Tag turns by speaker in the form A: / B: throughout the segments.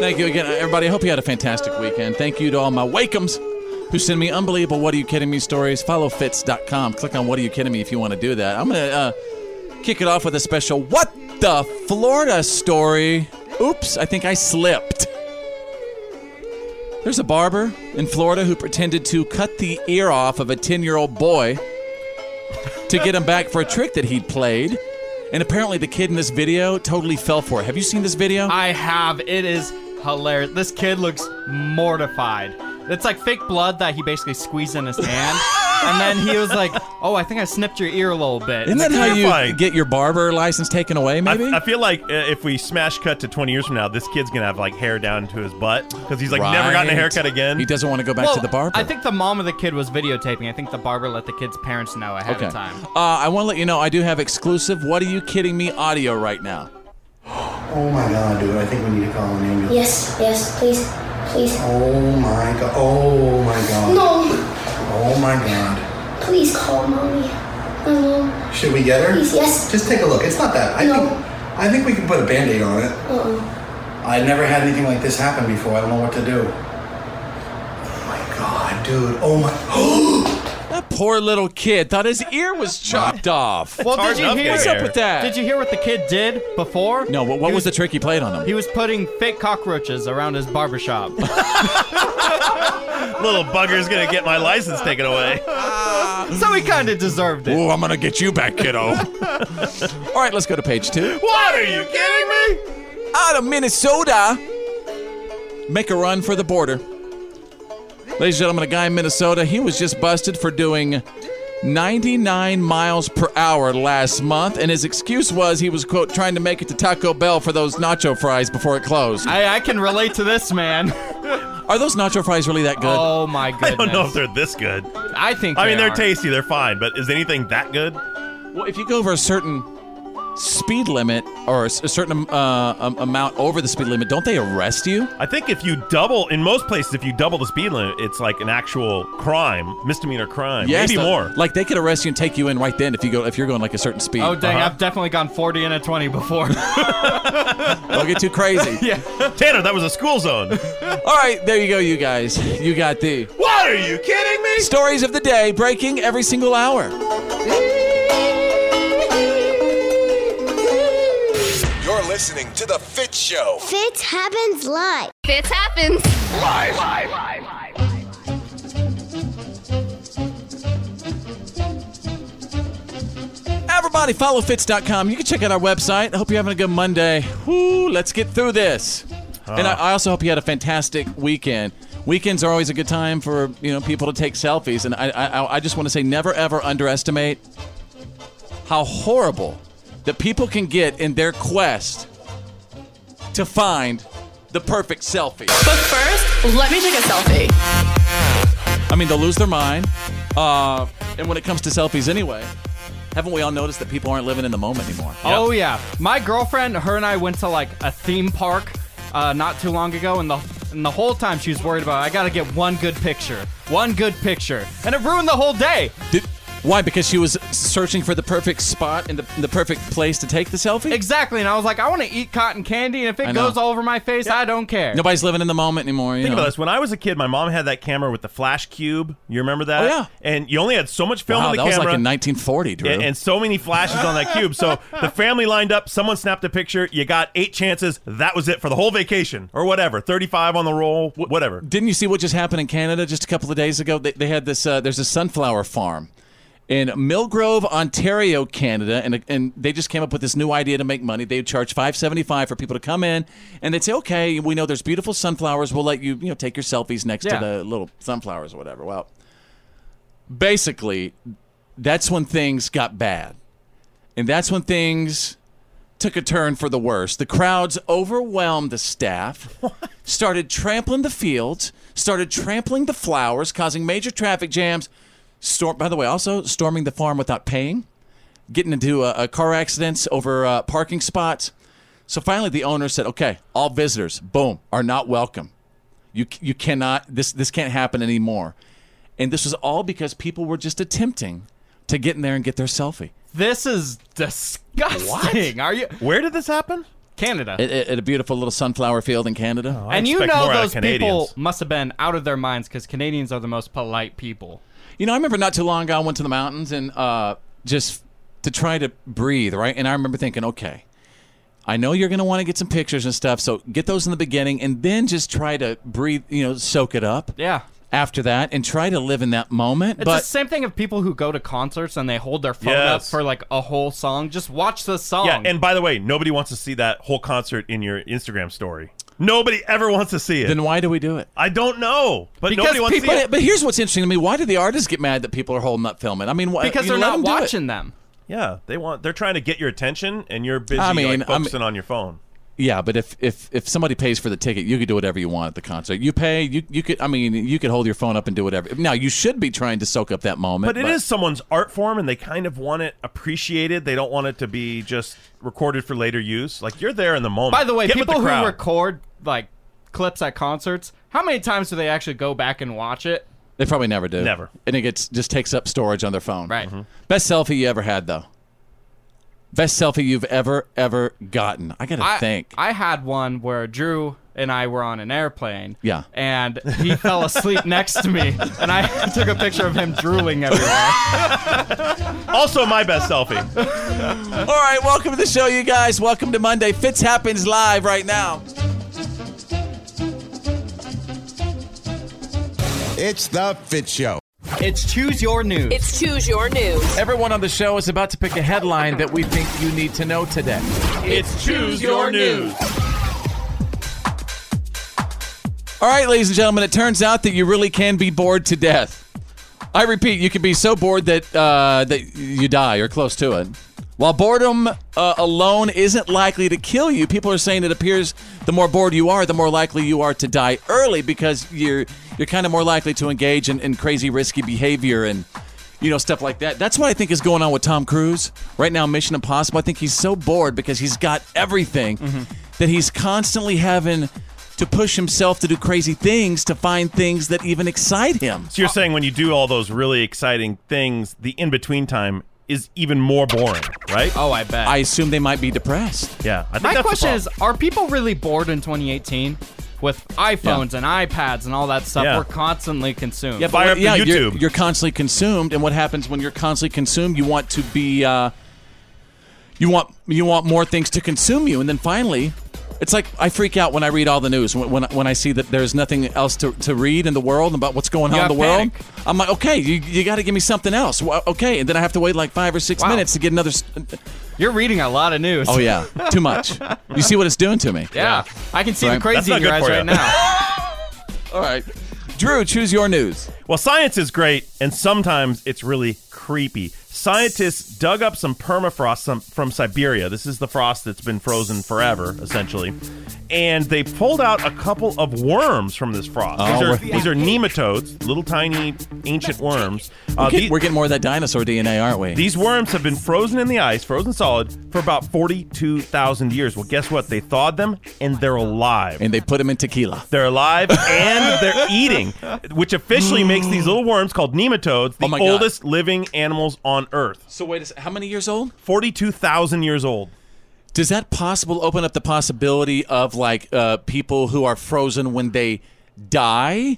A: Thank you again, everybody. I hope you had a fantastic weekend. Thank you to all my Wakems who send me unbelievable What Are You Kidding Me stories. Follow fits.com. Click on What Are You Kidding Me if you want to do that. I'm going to uh, kick it off with a special What the Florida story. Oops, I think I slipped. There's a barber in Florida who pretended to cut the ear off of a 10 year old boy to get him back for a trick that he'd played. And apparently, the kid in this video totally fell for it. Have you seen this video?
B: I have. It is hilarious. This kid looks mortified. It's like fake blood that he basically squeezed in his hand. and then he was like, oh, I think I snipped your ear a little bit.
A: Isn't that how you
C: Terrifying.
A: get your barber license taken away?
C: I,
A: Maybe.
C: I feel like uh, if we smash cut to 20 years from now, this kid's gonna have like hair down to his butt because he's like never gotten a
A: Right.
C: haircut again.
A: He doesn't want to go back
B: Well,
A: to the barber.
B: I think the mom of the kid was videotaping. I think the barber let the kid's parents know ahead
A: Okay.
B: of time.
A: Uh, I want to let you know I do have exclusive. What are you kidding me? Audio right now.
D: Oh my god, dude! I think we need to call an ambulance.
E: Yes, yes, please, please.
D: Oh my god! Oh my god!
E: No,
D: Oh my god!
E: please call mommy. Hello.
D: Should we get her?
E: Please, yes.
D: Just take a look. It's not that. I
E: No.
D: think I think we can put a band-aid on it.
E: Uh-uh.
D: I never had anything like this happen before. I don't know what to do. Oh my
F: dude. Oh my.
A: That poor little kid thought his ear was chopped off.
B: Well,
C: hard
B: did you
C: enough
B: hear?
C: getting
A: What's up with that?
B: Did you hear what the kid did before?
A: No, what, what
B: He
A: was the trick he played on him?
B: He was putting fake cockroaches around his barbershop.
C: Little bugger's gonna get my license taken away.
B: so he kind of deserved it.
A: Ooh, I'm gonna get you back, kiddo. All right, let's go to page two.
C: What are you kidding me?
A: Out of Minnesota, make a run for the border. Ladies and gentlemen, a guy in Minnesota, he was just busted for doing 99 miles per hour last month, and his excuse was he was, quote, trying to make it to Taco Bell for those nacho fries before it closed.
B: I, I can relate to this man.
A: Are those nacho fries really that good?
B: Oh my goodness.
C: I don't know if they're this good.
B: I think.
C: I mean,
B: they
C: they're
B: are.
C: tasty, they're fine, but is anything that good?
A: Well, if you go over a certain speed limit or a s- a certain uh, um, amount over the speed limit, don't they arrest you?
C: I think if you double, in most places, if you double the speed limit, it's like an actual crime, misdemeanor crime, maybe
A: the-
C: more.
A: Like they could arrest you and take you in right then if you go if you're going like a certain speed.
B: Oh dang!
C: Uh-huh.
B: I've definitely gone 40 and a 20 before.
A: Don't get too crazy.
C: Tanner, that was a school zone.
A: All right, there you go, you guys. You got the
C: what are you kidding me?
A: stories of the day breaking every single hour.
F: You're listening to The Fit Show.
G: Fitz happens live.
H: Fits happens.
A: Everybody, follow fits.com. You can check out our website. I hope you're having a good Monday. Woo, let's get through this. And I, I also hope you had a fantastic weekend. Weekends are always a good time for you know people to take selfies, and I I, I just want to say never ever underestimate how horrible that people can get in their quest to find the perfect selfie.
I: But first, let me take a selfie.
A: I mean, they'll lose their mind. Uh, and when it comes to selfies, anyway, haven't we all noticed that people aren't living in the moment anymore?
C: Uh,
B: Oh yeah, my girlfriend, her and I went to like a theme park uh, not too long ago, and the and the whole time she was worried about I gotta get one good picture, one good picture, and it ruined the whole day.
A: Did, why? Because she was searching for the perfect spot and the, the perfect place to take the selfie?
B: Exactly, and I was like, I want to eat cotton candy, and if
A: I
B: it
A: know.
B: goes all over my face, I don't care.
A: Nobody's living in the moment anymore. You
C: Think
A: know?
C: about this. When I was a kid, my mom had that camera with the flash cube. You remember that?
A: Oh, yeah.
C: And you only had so much film
A: Wow,
C: on
A: that
C: the
A: was
C: camera.
A: like in 1940, Drew.
C: and, and so many flashes on that cube. So the family lined up, someone snapped a picture, you got eight chances. That was it for the whole vacation or whatever. 35 on the roll, wh- whatever.
A: Didn't you see what just happened in Canada just a couple of days ago? They, they had this. Uh, there's a sunflower farm in Millgrove, Ontario, Canada, and and they just came up with this new idea to make money. They would charge five seventy five for people to come in, and they'd say, "Okay, we know there's beautiful sunflowers. We'll let you, you know, take your selfies next
B: Yeah.
A: to the little sunflowers or whatever." Well, basically, that's when things got bad, and that's when things took a turn for the worse. The crowds overwhelmed the staff, started trampling the fields, started trampling the flowers, causing major traffic jams. Storm, by the way, also storming the farm without paying, getting into uh, uh, car accidents over uh, parking spots. So finally, the owner said, "Okay, all visitors, boom, are not welcome. You c- you cannot. This this can't happen anymore." And this was all because people were just attempting to get in there and get their selfie.
B: This is disgusting. Are you
C: Where did this happen?
B: Canada?
A: at, at- at a beautiful little sunflower field in Canada.
C: I
B: and you
C: expect
B: know
C: more out of
B: those people
C: Canadians.
B: must have been out of their minds because Canadians are the most polite people.
A: You know, I remember not too long ago I went to the mountains and uh, just to try to breathe, right? And I remember thinking, okay, I know you're going to want to get some pictures and stuff, so get those in the beginning and then just try to breathe, you know, soak it up.
B: Yeah.
A: After that, and try to live in that moment.
B: It's the
A: but
B: same thing of people who go to concerts and they hold their phone up
C: Yes.
B: for like a whole song. Just watch the song.
C: Yeah,
A: uh,
C: and by the way, nobody wants to see that whole concert in your Instagram story. Nobody ever wants to see it.
A: then why do we do it?
C: I don't know, but
B: Because
C: nobody wants
B: people-
C: to see
A: But,
C: it.
A: but here's what's interesting to me: Why do the artists get mad that people are holding up filming? I mean, why,
B: because
A: you know,
B: they're
A: let
B: not
A: them do it.
B: watching them.
C: Yeah, they want. They're trying to get your attention, and you're busy
A: I mean,
C: like,
A: I'm-
C: focusing on your phone.
A: Yeah, but if, if if somebody pays for the ticket, you could do whatever you want at the concert. You pay, you you could. I mean, you could hold your phone up and do whatever. Now you should be trying to soak up that moment.
C: But it is someone's art form, and they kind of want it appreciated. They don't want it to be just recorded for later use. Like you're there in the moment.
B: By the way,
C: Get with
B: people
C: the crowd.
B: who record like clips at concerts, how many times do they actually go back and watch it?
A: They probably never do.
C: Never.
A: And it gets just takes up storage on their phone.
B: Right. Mhm.
A: Best selfie you ever had though. Best selfie you've ever ever gotten. I gotta
B: I
A: think.
B: I had one where Drew and I were on an airplane.
A: Yeah.
B: And he fell asleep next to me, and I took a picture of him drooling everywhere.
C: Also, my best selfie.
A: All right, welcome to the show, you guys. Welcome to Monday. Fitz happens live right now.
F: It's the Fit Show.
B: It's choose your news.
J: It's Choose Your News.
D: Everyone on the show is about to pick a headline that we think you need to know today.
C: It's Choose Your News.
A: All right, ladies and gentlemen, it turns out that you really can be bored to death. I repeat, you can be so bored that uh, that you die or close to it. While boredom uh, alone isn't likely to kill you, people are saying it appears the more bored you are, the more likely you are to die early because you're you're kind of more likely to engage in, in crazy, risky behavior and you know stuff like that. That's what I think is going on with Tom Cruise right now. Mission Impossible. I think he's so bored because he's got everything that he's constantly having to push himself to do crazy things to find things that even excite him.
C: So you're saying when you do all those really exciting things, the in between time is even more boring, right?
B: Oh, I bet.
A: I assume they might be depressed.
C: yeah. I think
B: My
C: that's the
B: question
C: problem.
B: is Are people really bored in 2018 with iPhones and iPads and all that stuff?
C: Yeah.
B: We're constantly consumed.
C: Fire up the
A: yeah, You're,
C: YouTube.
A: you're constantly consumed, and what happens when you're constantly consumed? You want to be, uh, you want you want more things to consume you, and then finally, it's like I freak out when I read all the news when when, when I see that there's nothing else to, to read in the world about what's going
B: You
A: on
B: have
A: in the world.
B: panic.
A: I'm like, okay, you, you got to give me something else. Well, okay, and then I have to wait like five or six
B: Wow.
A: minutes to get another. s-
B: You're reading a lot of news.
A: Oh yeah, too much. You see what it's doing to me?
B: Yeah. I can see
A: Right.
B: the crazy
C: not
B: in your
C: good
B: eyes
C: for you.
B: right now.
A: All right, Drew, choose your news.
C: Well, science is great, and sometimes it's really creepy. Scientists dug up some permafrost some, from Siberia. This is the frost that's been frozen forever, essentially. And they pulled out a couple of worms from this frost.
A: Oh,
C: these, are,
A: we're-
C: these are nematodes, little tiny ancient worms. Uh,
A: We're, get-
C: the-
A: we're getting more of that dinosaur DNA, aren't we?
C: these worms have been frozen in the ice, frozen solid, for about 42,000 years. Well, guess what? They thawed them, and they're alive.
A: and they put them in tequila.
C: They're alive and they're eating, which officially makes these little worms called nematodes the
A: Oh my God.
C: oldest living animals on Earth.
A: So wait, a second, how many years old?
C: 42,000 years old.
A: Does that possible open up the possibility of like uh, people who are frozen when they die?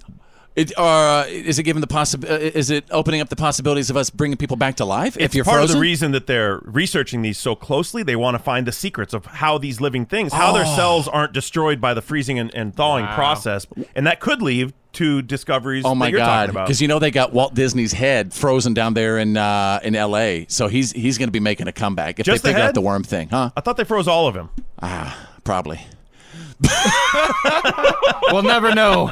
A: It, or is it giving the possi- uh, Is it opening up the possibilities of us bringing people back to life if you're
C: Part
A: frozen?
C: of the reason that they're researching these so closely, they want to find the secrets of how these living things, how their
A: Oh.
C: cells aren't destroyed by the freezing and, and thawing process. And that could lead to discoveries
A: oh my
C: that you're
A: god!
C: talking about.
A: Because you know they got Walt Disney's head frozen down there in uh, in L.A. So he's he's going to be making a comeback if
C: Just
A: they
C: Uh, the
A: figure
C: head?
A: out the worm thing, huh?
C: I thought they froze all of them.
A: Probably.
B: We'll never know.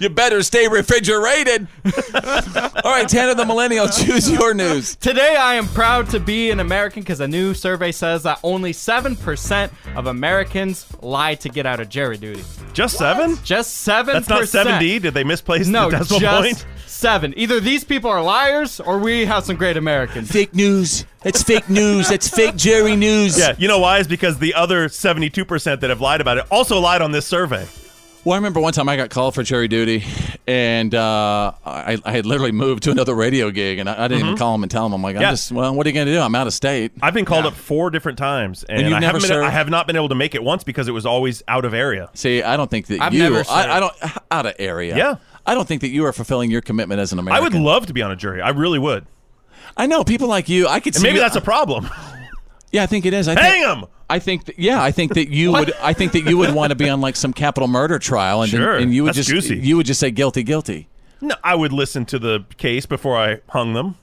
A: You better stay refrigerated. All right, Tanner the Millennial, choose your news.
B: Today, I am proud to be an American because a new survey says that only 7% of Americans lie to get out of jury duty.
C: Just seven?
B: Just 7%.
C: That's not 70. Did they misplace
B: No,
C: the decimal
B: just
C: point?
B: seven. Either these people are liars or we have some great Americans.
A: Fake news. That's fake news. That's fake Jerry news.
C: Yeah, you know why? Is because the other 72% that have lied about it also lied on this survey.
A: Well, I remember one time I got called for jury duty, and uh, I, I had literally moved to another radio gig, and I, I didn't even call him and tell him. I'm like, I'm
C: Mm-hmm. Yeah.
A: just, well, what are you going to do? I'm out of state.
C: I've been called up four different times, and,
A: And you've
C: I,
A: never
C: haven't been,
A: served?
C: I have not been able to make it once because it was always out of area.
A: See, I don't think that
B: I've
A: you,
B: never served.
A: I, I don't, out of area.
C: Yeah.
A: I don't think that you are fulfilling your commitment as an
C: I
A: American.
C: would love to be on a jury. I really would.
A: I know people like you. I could see.
C: And maybe
A: you-
C: that's a problem.
A: Yeah, I think it is. I
C: Hang
A: think,
C: him!
A: I think. That, yeah, I think that you would. I think that you would want to be on like some capital murder trial, and then-
C: Sure.
A: and you would just
C: That's juicy.
A: you would just say guilty, guilty.
C: No, I would listen to the case before I hung them.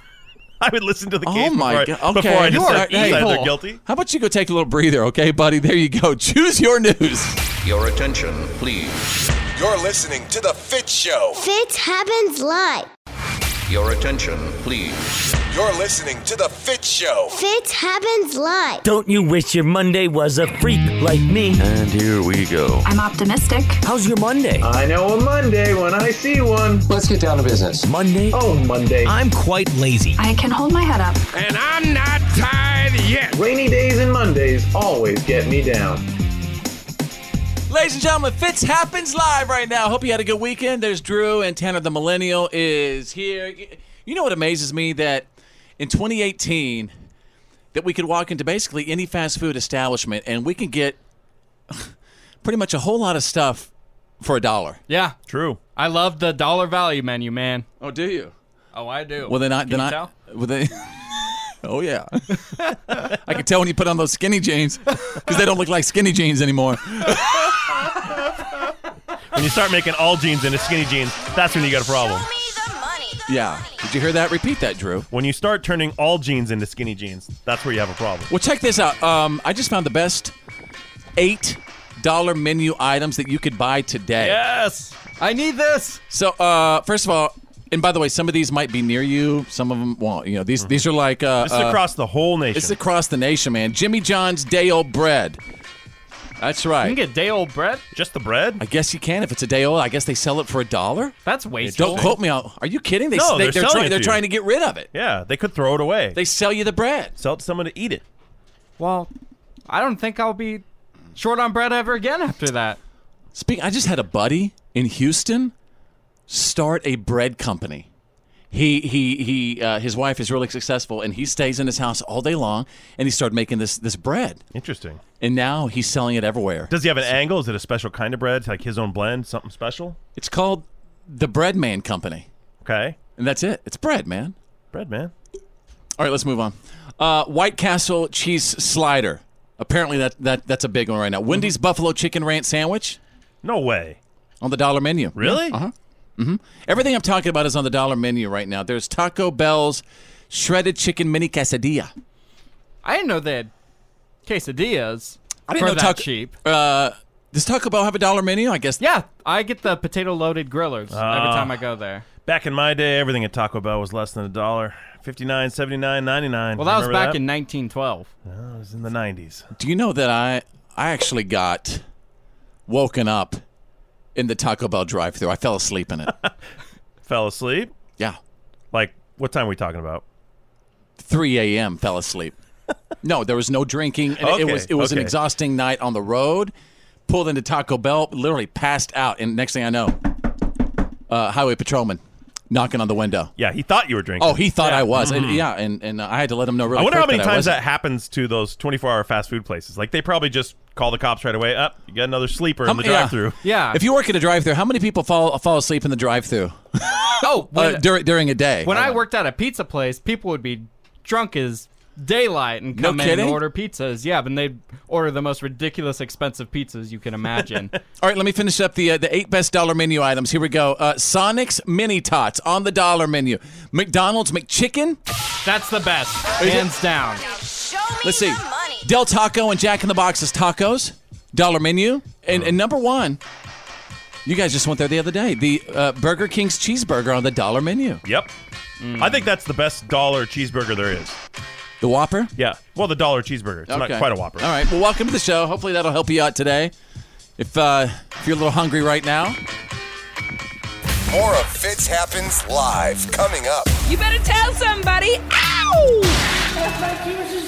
C: I would listen to the
A: Oh
C: case
A: my
C: before, I,
A: God. Okay.
C: before I
A: You
C: decide,
A: are
C: decide
A: evil.
C: they're guilty.
A: How about you go take a little breather, okay, buddy? There you go. Choose your news.
D: Your attention, please.
F: You're listening to the Fit Show.
G: Fits happens live.
D: Your attention, please.
F: You're listening to the Fit Show.
G: Fits happens live.
D: Don't you wish your Monday was a freak like me? And here we go.
E: I'm optimistic.
D: How's your Monday?
B: Uh,
K: I know a Monday when I see one.
D: Let's get down to business. Monday?
K: Oh, Monday.
D: I'm quite lazy.
E: I can hold my head up.
K: And I'm not tired yet. Rainy days and Mondays always get me down.
A: Ladies and gentlemen, Fitz happens live right now. Hope you had a good weekend. There's Drew and Tanner the Millennial is here. You know what amazes me that in 2018 that we could walk into basically any fast food establishment and we can get pretty much a whole lot of stuff for a dollar.
B: Yeah.
C: True.
B: I love the dollar value menu, man.
A: Oh, do you?
B: Oh, I do.
A: Well, then I
B: Can
A: then
B: you
A: I
B: tell?
A: well, then- oh yeah, I can tell when you put on those skinny jeans because they don't look like skinny jeans anymore.
C: When you start making all jeans into skinny jeans, that's when you got a problem.
A: Yeah, did you hear that? Repeat that, Drew.
C: When you start turning all jeans into skinny jeans, that's where you have a problem.
A: Well, check this out. Um, I just found the best eight dollar menu items that you could buy today.
B: Yes. I need this.
A: So, uh, first of all, and by the way, some of these might be near you. Some of them won't. You know, these these are like uh,
C: This
A: uh,
C: is across the whole nation.
A: It's across the nation, man. Jimmy John's day old bread. That's right.
B: You can get day old bread.
C: Just the bread?
A: I guess you can if it's a day old. I guess they sell it for a dollar.
B: That's wasteful.
A: Don't quote me on. Are you kidding? They,
C: No,
A: they,
C: they're
A: they're,
C: selling
A: trying,
C: it
A: they're
C: to you.
A: trying to get rid of it.
C: Yeah, they could throw it away.
A: They sell you the bread.
C: sell it to someone to eat it.
B: Well, I don't think I'll be short on bread ever again after that.
A: Speak. I just had a buddy in Houston start a bread company. He he he. Uh, his wife is really successful, and he stays in his house all day long. And he started making this this bread,
C: Interesting.
A: and now he's selling it everywhere.
C: Does he have an angle? Is it a special kind of bread? Like his own blend? Something special?
A: It's called the Bread Man Company,
C: Okay.
A: and that's it. It's bread, man.
C: Bread, man.
A: All right, let's move on. Uh, White Castle cheese slider. Apparently that, that that's a big one right now. Wendy's buffalo chicken ranch sandwich
C: No way.
A: on the dollar menu.
C: Really?
A: Uh-huh. Everything I'm talking about is on the dollar menu right now. There's Taco Bell's shredded chicken mini quesadilla.
B: I didn't know they had quesadillas.
A: I didn't
B: for
A: know
B: that
A: Taco-
B: cheap.
A: Uh, does Taco Bell have a dollar menu? I guess.
B: Yeah, I get the potato loaded grillers every time I go there.
C: Back in my day, everything at Taco Bell was less than a dollar. 59, 79, 99.
B: Well, that was
C: Remember
B: back in 1912.
C: That was in the 90s.
A: Do you know that I I actually got woken up in the Taco Bell drive-thru. I fell asleep in it.
C: Fell asleep?
A: yeah.
C: Like, what time are we talking about?
A: 3 a.m. fell asleep. No, there was no drinking. and it- it
C: Okay,
A: was it was
C: okay.
A: an exhausting night on the road. Pulled into Taco Bell, literally passed out, and next thing I know, uh, highway patrolman knocking on the window.
C: Yeah, he thought you were drinking.
A: Oh, he thought I was. And, yeah, and, and I had to let him know. Really,
C: Mm-hmm. I wonder how
A: quick
C: many times
A: I
C: that
A: wasn't.
C: happens to those 24 hour fast food places. Like, they probably just call the cops right away. Up, you got another sleeper in
A: How
C: the
A: m- yeah.
C: drive through.
B: Yeah.
A: If you work at a drive-thru, how many people fall fall asleep in the drive-thru
B: oh,
A: uh,
B: when,
A: during during a day?
B: when I worked at a pizza place, people would be drunk as daylight and
A: No
B: come in and
A: kidding?
B: order pizzas. Yeah, but they'd order the most ridiculous expensive pizzas you can imagine.
A: All right, let me finish up the uh, the eight best dollar menu items. Here we go. Uh, Sonic's mini tots on the dollar menu. McDonald's McChicken.
B: That's the best, hands down.
A: Let's see. Del Taco and Jack in the Box's tacos, dollar menu, and, and number one. You guys just went there the other day. The uh, Burger King's cheeseburger on the dollar menu.
C: Yep. I think that's the best dollar cheeseburger there is.
A: The Whopper.
C: Yeah. Well, the dollar cheeseburger. It's not
A: Okay.
C: quite a Whopper.
A: All right. Well, welcome to the show. Hopefully that'll help you out today. If uh, if you're a little hungry right now,
F: More of Fitz Happens Live coming up.
E: You better tell somebody. Ow!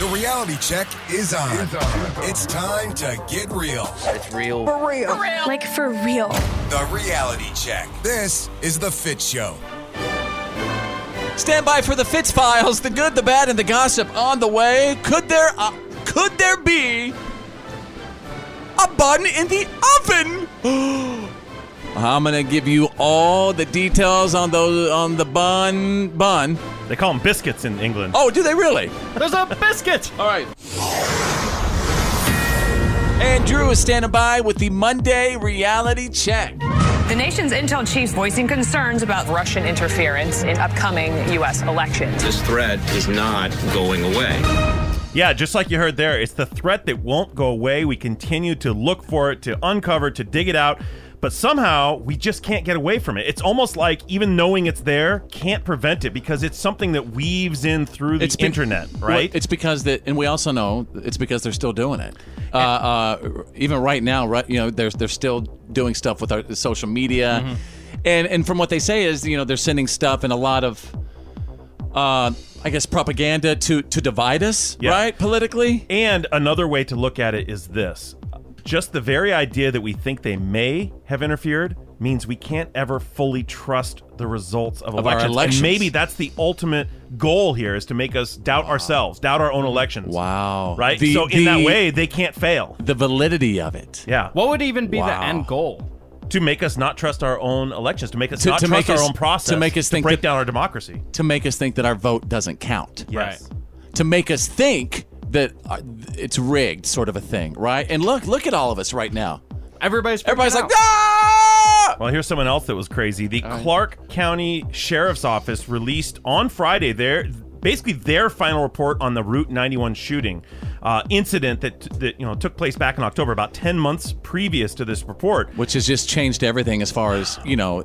F: The reality check is on. It's time to get real.
E: Like for real.
F: The reality check. This is the Fit Show.
A: stand by for the Fitz Files: the good, the bad, and the gossip on the way. Could there uh, could there be a bun in the oven? I'm gonna give you all the details on those on the bun bun.
C: They call them biscuits in England.
A: Oh, do they really?
B: There's a biscuit.
A: All right. And Drew is standing by with the Monday reality check.
J: The nation's intel chiefs voicing concerns about Russian interference in upcoming U.S. elections.
D: This threat is not going away.
C: Yeah, just like you heard there, it's the threat that won't go away. We continue to look for it, to uncover, to dig it out, but somehow we just can't get away from it. It's almost like even knowing it's there can't prevent it because it's something that weaves in through the
A: It's be-
C: internet,
A: Well,
C: right?
A: it's because that, and we also know it's because they're still doing it. Uh, uh, even right now, right? You know, they're they're still doing stuff with our social media,
C: Mm-hmm.
A: and and from what they say is, you know, they're sending stuff and a lot of, uh, I guess, propaganda to to divide us,
C: Yeah.
A: right? Politically,
C: And another way to look at it is this just the very idea that we think they may have interfered means we can't ever fully trust the results of,
A: Of our
C: elections.
A: elections.
C: And maybe that's the ultimate goal here is to make us doubt ourselves, doubt our own elections.
A: Wow.
C: Right?
A: The-
C: so in that
A: the-
C: way, they can't fail.
A: The validity of it.
C: Yeah.
B: What would even be
A: Wow.
B: the end goal?
C: To make us not trust our own elections, to make us
A: To-
C: not
A: to make
C: trust our
A: us-
C: own process,
A: to make us think
C: break
A: that-
C: down our democracy.
A: To make us think that our vote doesn't count.
C: Yes.
A: to make us think that uh, it's rigged, sort of a thing, right? And look, look at all of us right now.
B: Everybody's freaking
A: Everybody's like,
B: out.
A: ah!
C: Well, here's someone else that was crazy. The Clark County Sheriff's Office released on Friday their basically their final report on the Route 91 shooting uh, incident that that you know took place back in October, about 10 months previous to this report.
A: Which has just changed everything as far as you know,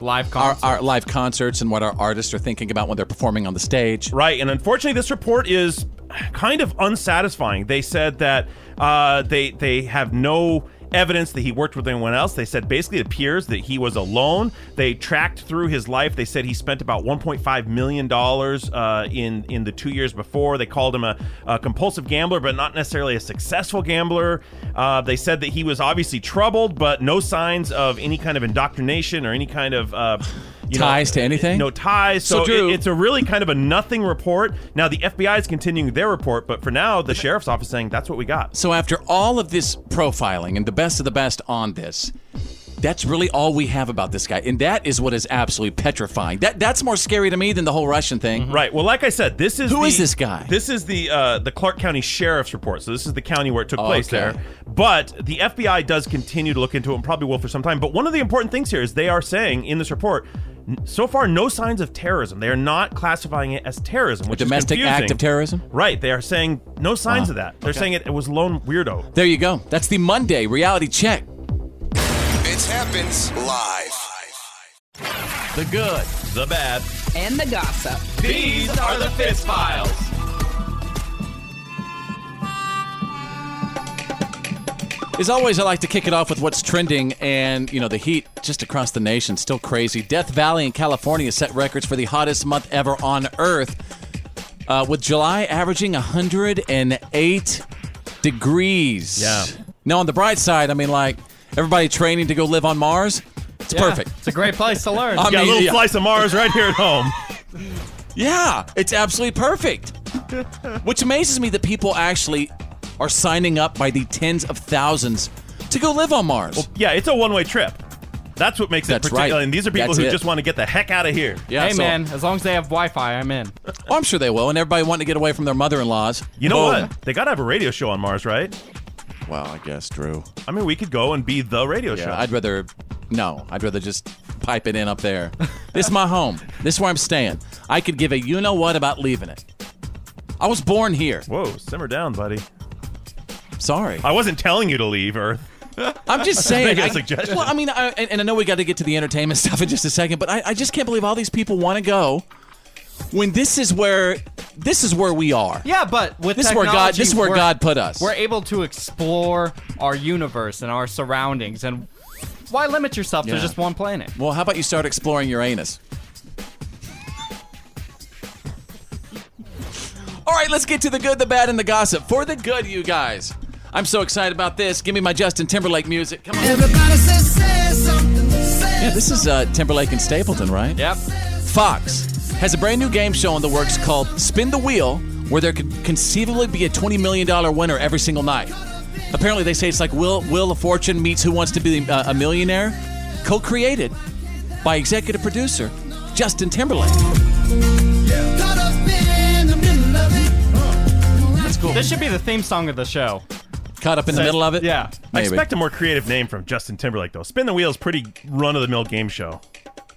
B: Live
A: our,
B: concert.
A: our live concerts and what our artists are thinking about when they're performing on the stage.
C: Right, and unfortunately, this report is kind of unsatisfying. They said that uh, they they have no evidence that he worked with anyone else. They said basically it appears that he was alone. They tracked through his life. They said he spent about 1.5 million dollars uh, in in the two years before. They called him a, a compulsive gambler, but not necessarily a successful gambler. Uh, they said that he was obviously troubled, but no signs of any kind of indoctrination or any kind of uh, you know,
A: Ties to anything?
C: No ties. So,
A: So, Drew-
C: it- it's a really kind of a nothing report. Now the FBI is continuing their report, but for now the sheriff's office is saying that's what we got.
A: So after all of this profiling and the best of the best on this, that's really all we have about this guy, and that is what is absolutely petrifying. That that's more scary to me than the whole Russian thing.
C: Right. Well, like I said, this is
A: Who
C: the,
A: is this guy?
C: This is the uh, the Clark County Sheriff's report. So this is the county where it took place
A: Oh, Okay.
C: there. But the FBI does continue to look into it and probably will for some time. But one of the important things here is they are saying in this report. n- So far, no signs of terrorism. They are not classifying it as terrorism, which
A: domestic
C: is
A: act
C: confusing.
A: of terrorism?
C: Right. They are saying no signs of that. They're saying it, it was lone weirdo.
A: There you go. That's the Monday reality check.
F: It happens live.
A: The good.
C: The bad.
L: And the gossip.
B: These are the Fist Files.
A: As always, I like to kick it off with what's trending, and you know the heat just across the nation still crazy. Death Valley in California set records for the hottest month ever on Earth, uh, with July averaging 108 degrees.
C: Yeah.
A: Now on the bright side, I mean, like everybody training to go live on Mars, it's perfect.
B: It's a great place to learn.
A: I
C: Got a
A: mean,
C: little
A: yeah.
C: slice of Mars right here at home.
A: Yeah, it's absolutely perfect. Which amazes me that people actually are signing up by the tens of thousands to go live on Mars.
C: Yeah, it's a one-way trip. That's what makes it
A: That's
C: particular.
A: right.
C: And these are people
A: That's
C: who
A: it.
C: just want to get the heck out of here.
A: yeah,
B: hey
A: so-
B: man, as long as they have Wi-Fi, I'm in.
A: Oh, I'm sure they will. And everybody wanting to get away from their mother-in-laws.
C: You know
A: Boom.
C: what? They got to have a radio show on Mars, right?
A: Well, I guess Drew.
C: I mean, we could go and be the radio show.
A: Yeah, I'd rather no. I'd rather just pipe it in up there. this is my home. This is where I'm staying. I could give a you know what about leaving it. I was born here.
C: Whoa, simmer down, buddy.
A: Sorry.
C: I wasn't telling you to leave Earth.
A: I'm just saying.
C: Make a
A: I-
C: suggestion.
A: Well, I mean, I, and, and I know we got to get to the entertainment stuff in just a second, but I, I just can't believe all these people want to go when this is where this is where we are.
B: Yeah, but with
A: This is where God- this is
B: technology,
A: where
B: we're-
A: God put us.
B: We're able to explore our universe and our surroundings, and why limit yourself
A: Yeah.
B: to just one planet?
A: Well, how about you start exploring your anus? All right, let's get to the good, the bad, and the gossip. For the good, you guys. I'm so excited about this. Give me my Justin Timberlake music. Come on.
E: Everybody says, says something.
A: Yeah, this is uh, Timberlake and Stapleton, right?
B: Yep.
A: Fox has a brand new game show in the works called Spin the Wheel, where there could conceivably be a $20 million winner every single night. Apparently, they say it's like Will, Will of Fortune meets Who Wants to Be uh, a Millionaire, co created by executive producer Justin Timberlake.
E: Caught up in the middle of it.
A: That's cool.
B: This should be the theme song of the show.
A: Caught up in the middle of it?
B: Yeah.
C: I
A: Maybe.
C: expect a more creative name from Justin Timberlake, though. Spin the Wheel's pretty run-of-the-mill game show.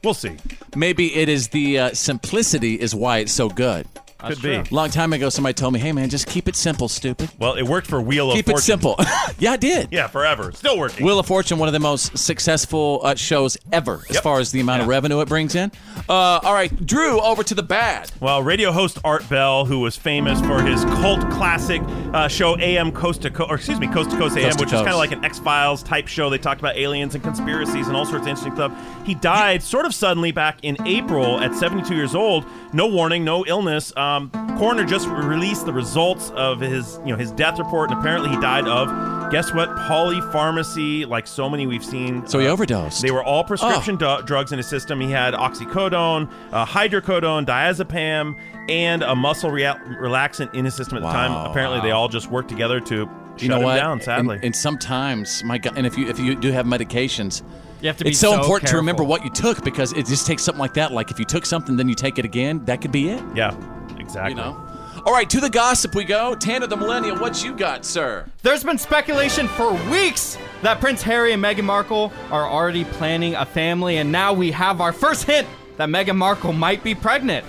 C: We'll see.
A: Maybe it is the uh, simplicity is why it's so good.
C: Could be.
B: true.
A: Long time ago, somebody told me, hey, man, just keep it simple, stupid.
C: Well, it worked for Wheel of
A: Keep
C: Fortune.
A: it simple. yeah, I did.
C: Yeah, forever. Still working.
A: Wheel of Fortune, one of the most successful uh, shows ever as
C: Yep.
A: far as the amount of revenue it brings in. Uh, all right, Drew, over to the bad.
C: Well, radio host Art Bell, who was famous for his cult classic uh, show AM Coast to Coast, or excuse me, Coast to Coast AM,
A: Coast to
C: which is kind of
A: Coast.
C: like an X Files type show. They talked about aliens and conspiracies and all sorts of interesting stuff. He died sort of suddenly back in April at 72 years old. No warning, no illness. Um, coroner just released the results of his, you know, his death report, and apparently he died of Guess what? Polypharmacy, like so many we've seen. Uh,
A: So he overdosed.
C: They were all prescription
A: Oh.
C: du- drugs in his system. He had oxycodone, uh, hydrocodone, diazepam, and a muscle rea- relaxant in his system at the
A: Wow.
C: time. Apparently, they all just worked together to shut
A: you know
C: him
A: what?
C: down. Sadly,
A: and, and sometimes my God, and if you if you do have medications,
B: You have to be
A: it's so,
B: so
A: important to remember
B: careful.
A: what you took because it just takes something like that. Like if you took something, then you take it again. That could be it.
C: yeah, exactly.
A: You know. All right, to the gossip we go. Tanner the Millennial, what you got, sir?
B: There's been speculation for weeks that Prince Harry and Meghan Markle are already planning a family, and now we have our first hint that Meghan Markle might be pregnant.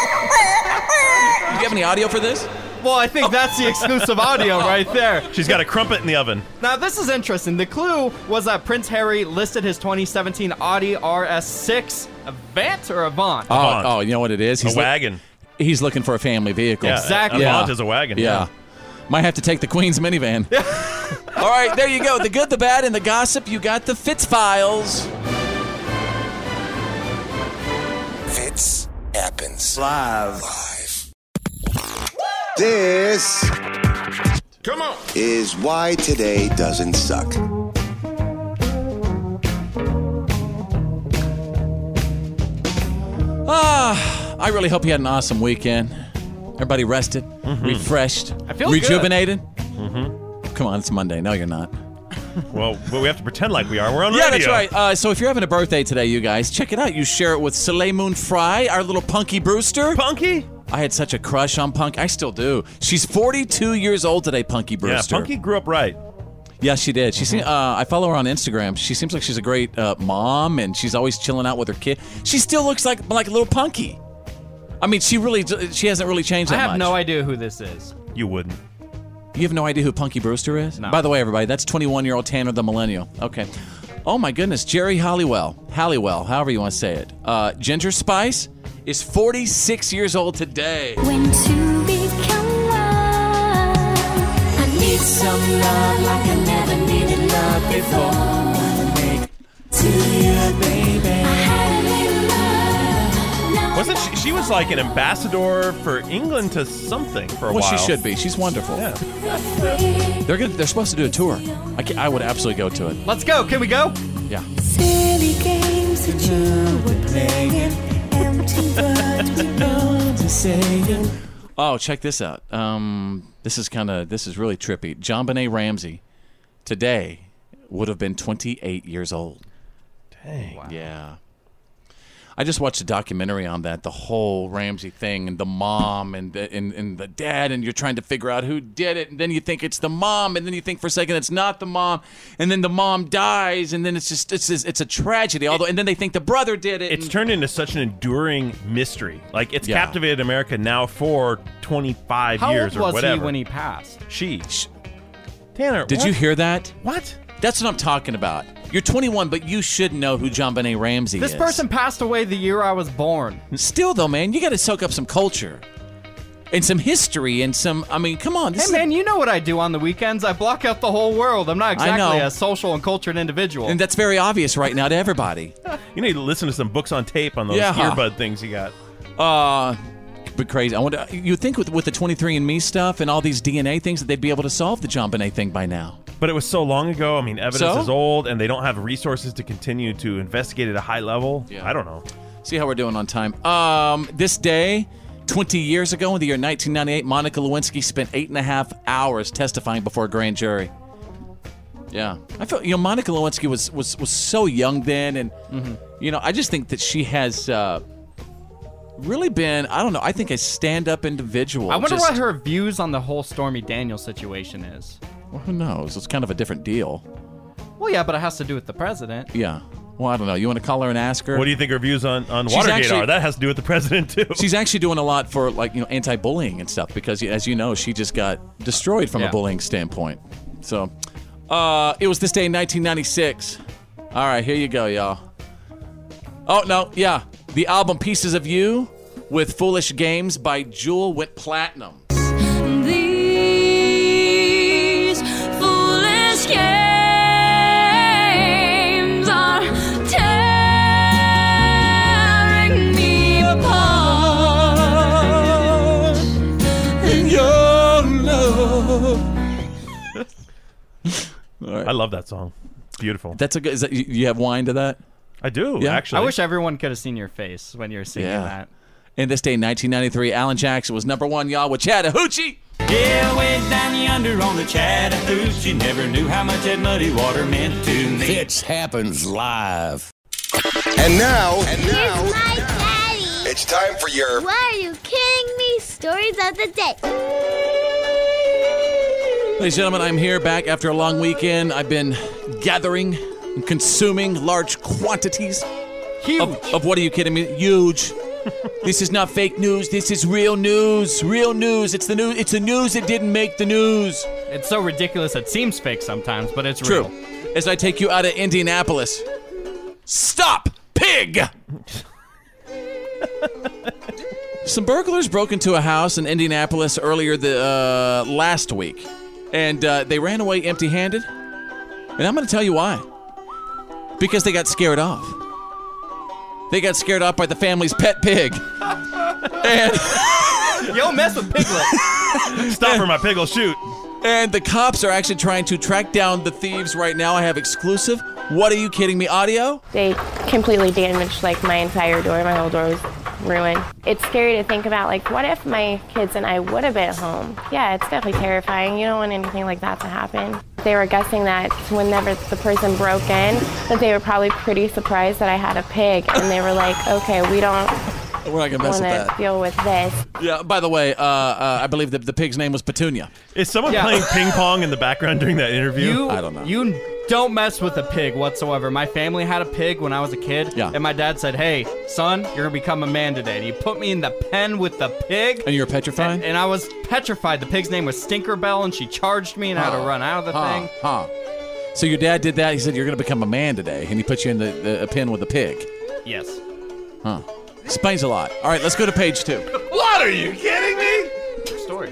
A: Do you have any audio for this?
B: Well, I think that's the exclusive audio right there.
C: She's got a crumpet in the oven.
B: Now, this is interesting. The clue was that Prince Harry listed his 2017 Audi RS6 Avant or Avant?
A: Oh, oh, you know what it is?
C: A
A: loo-
C: wagon.
A: he's looking for a family vehicle.
C: Yeah,
B: Exactly.
C: A
A: Yeah.
C: font is a wagon.
A: Yeah. Might have to take the Queen's minivan. All right, there you go. The good, the bad, and the gossip. You got the Fitz files.
F: Fits happens
D: Live.
F: live.
L: This Come on. is why today doesn't suck.
A: Ah, I really hope you had an awesome weekend. Everybody rested, refreshed,
B: I feel good.
A: rejuvenated. Come on, it's Monday. No, you're not.
C: Well, but we have to pretend like we are. We're on
A: Yeah,
C: radio.
A: that's right. Uh, so if you're having a birthday today, you guys, check it out. You share it with Soleil Moon Fry, our little punky Brewster.
C: Punky.
A: I had such a crush on Punk. I still do. She's 42 years old today, Punky Brewster.
C: Yeah, Punky grew up right.
A: Yeah, she did. She
B: Mm-hmm.
A: seem, uh, I follow her on Instagram. She seems like she's a great uh, mom, and she's always chilling out with her kid. She still looks like like a little punky. I mean, she really she hasn't really changed
B: I
A: that
B: have
A: much.
B: no idea who this is.
C: You wouldn't.
A: You have no idea who Punky Brewster is?
B: No.
A: By the way, everybody, that's 21 year old Tanner the Millennial. Okay. Oh my goodness, Jerry Halliwell, Halliwell, however you want to say it. Uh, Ginger Spice is 46 years old today.
E: When to become love, I need some love like I never needed love before. To you, baby. I had a little love. Now
C: Wasn't she? She was like an ambassador for England to something for a
A: Well,
C: while.
A: she should be. She's wonderful.
C: Yeah.
A: They're gonna, they're supposed to do a tour. I, ca- I would absolutely go to it.
B: Let's go. Can we go?
A: Yeah.
E: Silly games that you were playing, empty words we know to say.
A: Oh, check this out. Um, this is kind of this is really trippy. John Benet Ramsey today would have been 28 years old. Dang. Yeah. I just watched a documentary on that, the whole Ramsey thing and the mom and the, and, and the dad, and you're trying to figure out who did it. And then you think it's the mom, and then you think for a second it's not the mom, and then the mom dies, and then it's just, it's, it's a tragedy. Although, and then they think the brother did it.
C: It's
A: and-
C: turned into such an enduring mystery. Like it's
A: Yeah.
C: captivated America now for 25
B: How
C: years
B: old was
C: or whatever.
B: he when he passed?
C: she. Tanner,
A: Did
C: what?
A: you hear that?
C: What?
A: That's what I'm talking about. You're 21, but you should know who John Benet Ramsey
B: This
A: is.
B: person passed away the year I was born.
A: Still, though, man, you got to soak up some culture and some history and some. I mean, come on. This
B: Hey
A: is-
B: man, you know what I do on the weekends? I block out the whole world. I'm not
A: I
B: exactly
A: know.
B: a social and cultured individual.
A: and that's very obvious right now to everybody.
C: You need to listen to some books on tape on those
A: Yeah.
C: earbud things you got.
A: Uh, but crazy. I wonder. You think with with the 23andMe stuff and all these DNA things that they'd be able to solve the John Benet thing by now?
C: But it was so long ago. I mean, evidence
A: So?
C: is old, and they don't have resources to continue to investigate at a high level.
A: Yeah.
C: I don't know.
A: See how we're doing on time. Um, this day, 20 years ago, in the year 1998, Monica Lewinsky spent eight and a half hours testifying before a grand jury. Yeah, I feel you know Monica Lewinsky was was was so young then, and
B: Mm-hmm.
A: you know I just think that she has uh, really been I don't know I think a stand up individual.
B: I wonder
A: Just-
B: what her views on the whole Stormy Daniels situation is.
A: Well, who knows? It's kind of a different deal.
B: Well, yeah, but it has to do with the president.
A: Yeah. Well, I don't know. You want to call her and ask her?
C: What do you think her views on, on
A: She's
C: Watergate
A: actually-
C: are? That has to do with the president, too.
A: She's actually doing a lot for like you know anti-bullying and stuff because as you know she just got destroyed from
B: Yeah.
A: a bullying standpoint. So uh, it was this day in 1996. All right, here you go, y'all. Oh no, yeah, the album "Pieces of You" with "Foolish Games" by Jewel went platinum.
E: These foolish games are tearing me apart.
A: In your love,
C: I love that song. It's beautiful.
A: That's a good. Is that, you- you have wine to that?
C: I do. actually.
B: I wish everyone could have seen your face when you were singing that.
A: In this day, 1993, Alan Jackson was number one, y'all, with Chattahoochee.
E: Yeah, way down yonder on the Chattahoochee, never knew how much that muddy water meant to me. Fitz happens live.
L: And now, and now,
G: My daddy.
L: it's time for your
G: Why are you kidding me? Stories of the day.
A: Ladies and gentlemen, I'm here back after a long weekend. I've been gathering and consuming large quantities Of, of what are you kidding me? Huge. this is not fake news. This is real news. Real news. It's the news. It's the news that didn't make the news.
B: It's so ridiculous it seems fake sometimes, but it's
A: True.
B: real.
A: As I take you out of Indianapolis. Stop, pig! Some burglars broke into a house in Indianapolis earlier the uh, last week, and uh, they ran away empty-handed. And I'm going to tell you why. Because they got scared off. They got scared off by the family's pet pig. and
B: you don't mess with Piglet.
C: Stop or my pig will shoot.
A: And the cops are actually trying to track down the thieves right now. I have exclusive. What are you kidding me? Audio?
M: They completely damaged like my entire door. My whole door was ruined. It's scary to think about like what if my kids and I would have been at home? Yeah, it's definitely terrifying. You don't want anything like that to happen. They were guessing that whenever the person broke in, that they were probably pretty surprised that I had a pig and they were like, "Okay, we don't
A: We're not gonna mess
M: want
A: with
M: to
A: that.
M: deal with this."
A: Yeah. By the way, uh, uh, I believe the, the pig's name was Petunia.
C: Is someone playing ping pong in the background during that interview?
B: You, You don't mess with a pig whatsoever. My family had a pig when I was a kid, yeah. and my dad said, "Hey, son, you're gonna become a man today." And he put me in the pen with the pig,
A: and you were petrified.
B: And, I was petrified. The pig's name was Stinkerbell, and she charged me and I had to
A: Huh.
B: run out of the
A: Huh.
B: thing.
A: Huh. So your dad did that. He said you're going to become a man today, and he put you in the, the a pen with a pig.
B: Yes.
A: Huh. Explains a lot. All right, let's go to page two.
E: What are you kidding me?
B: Story.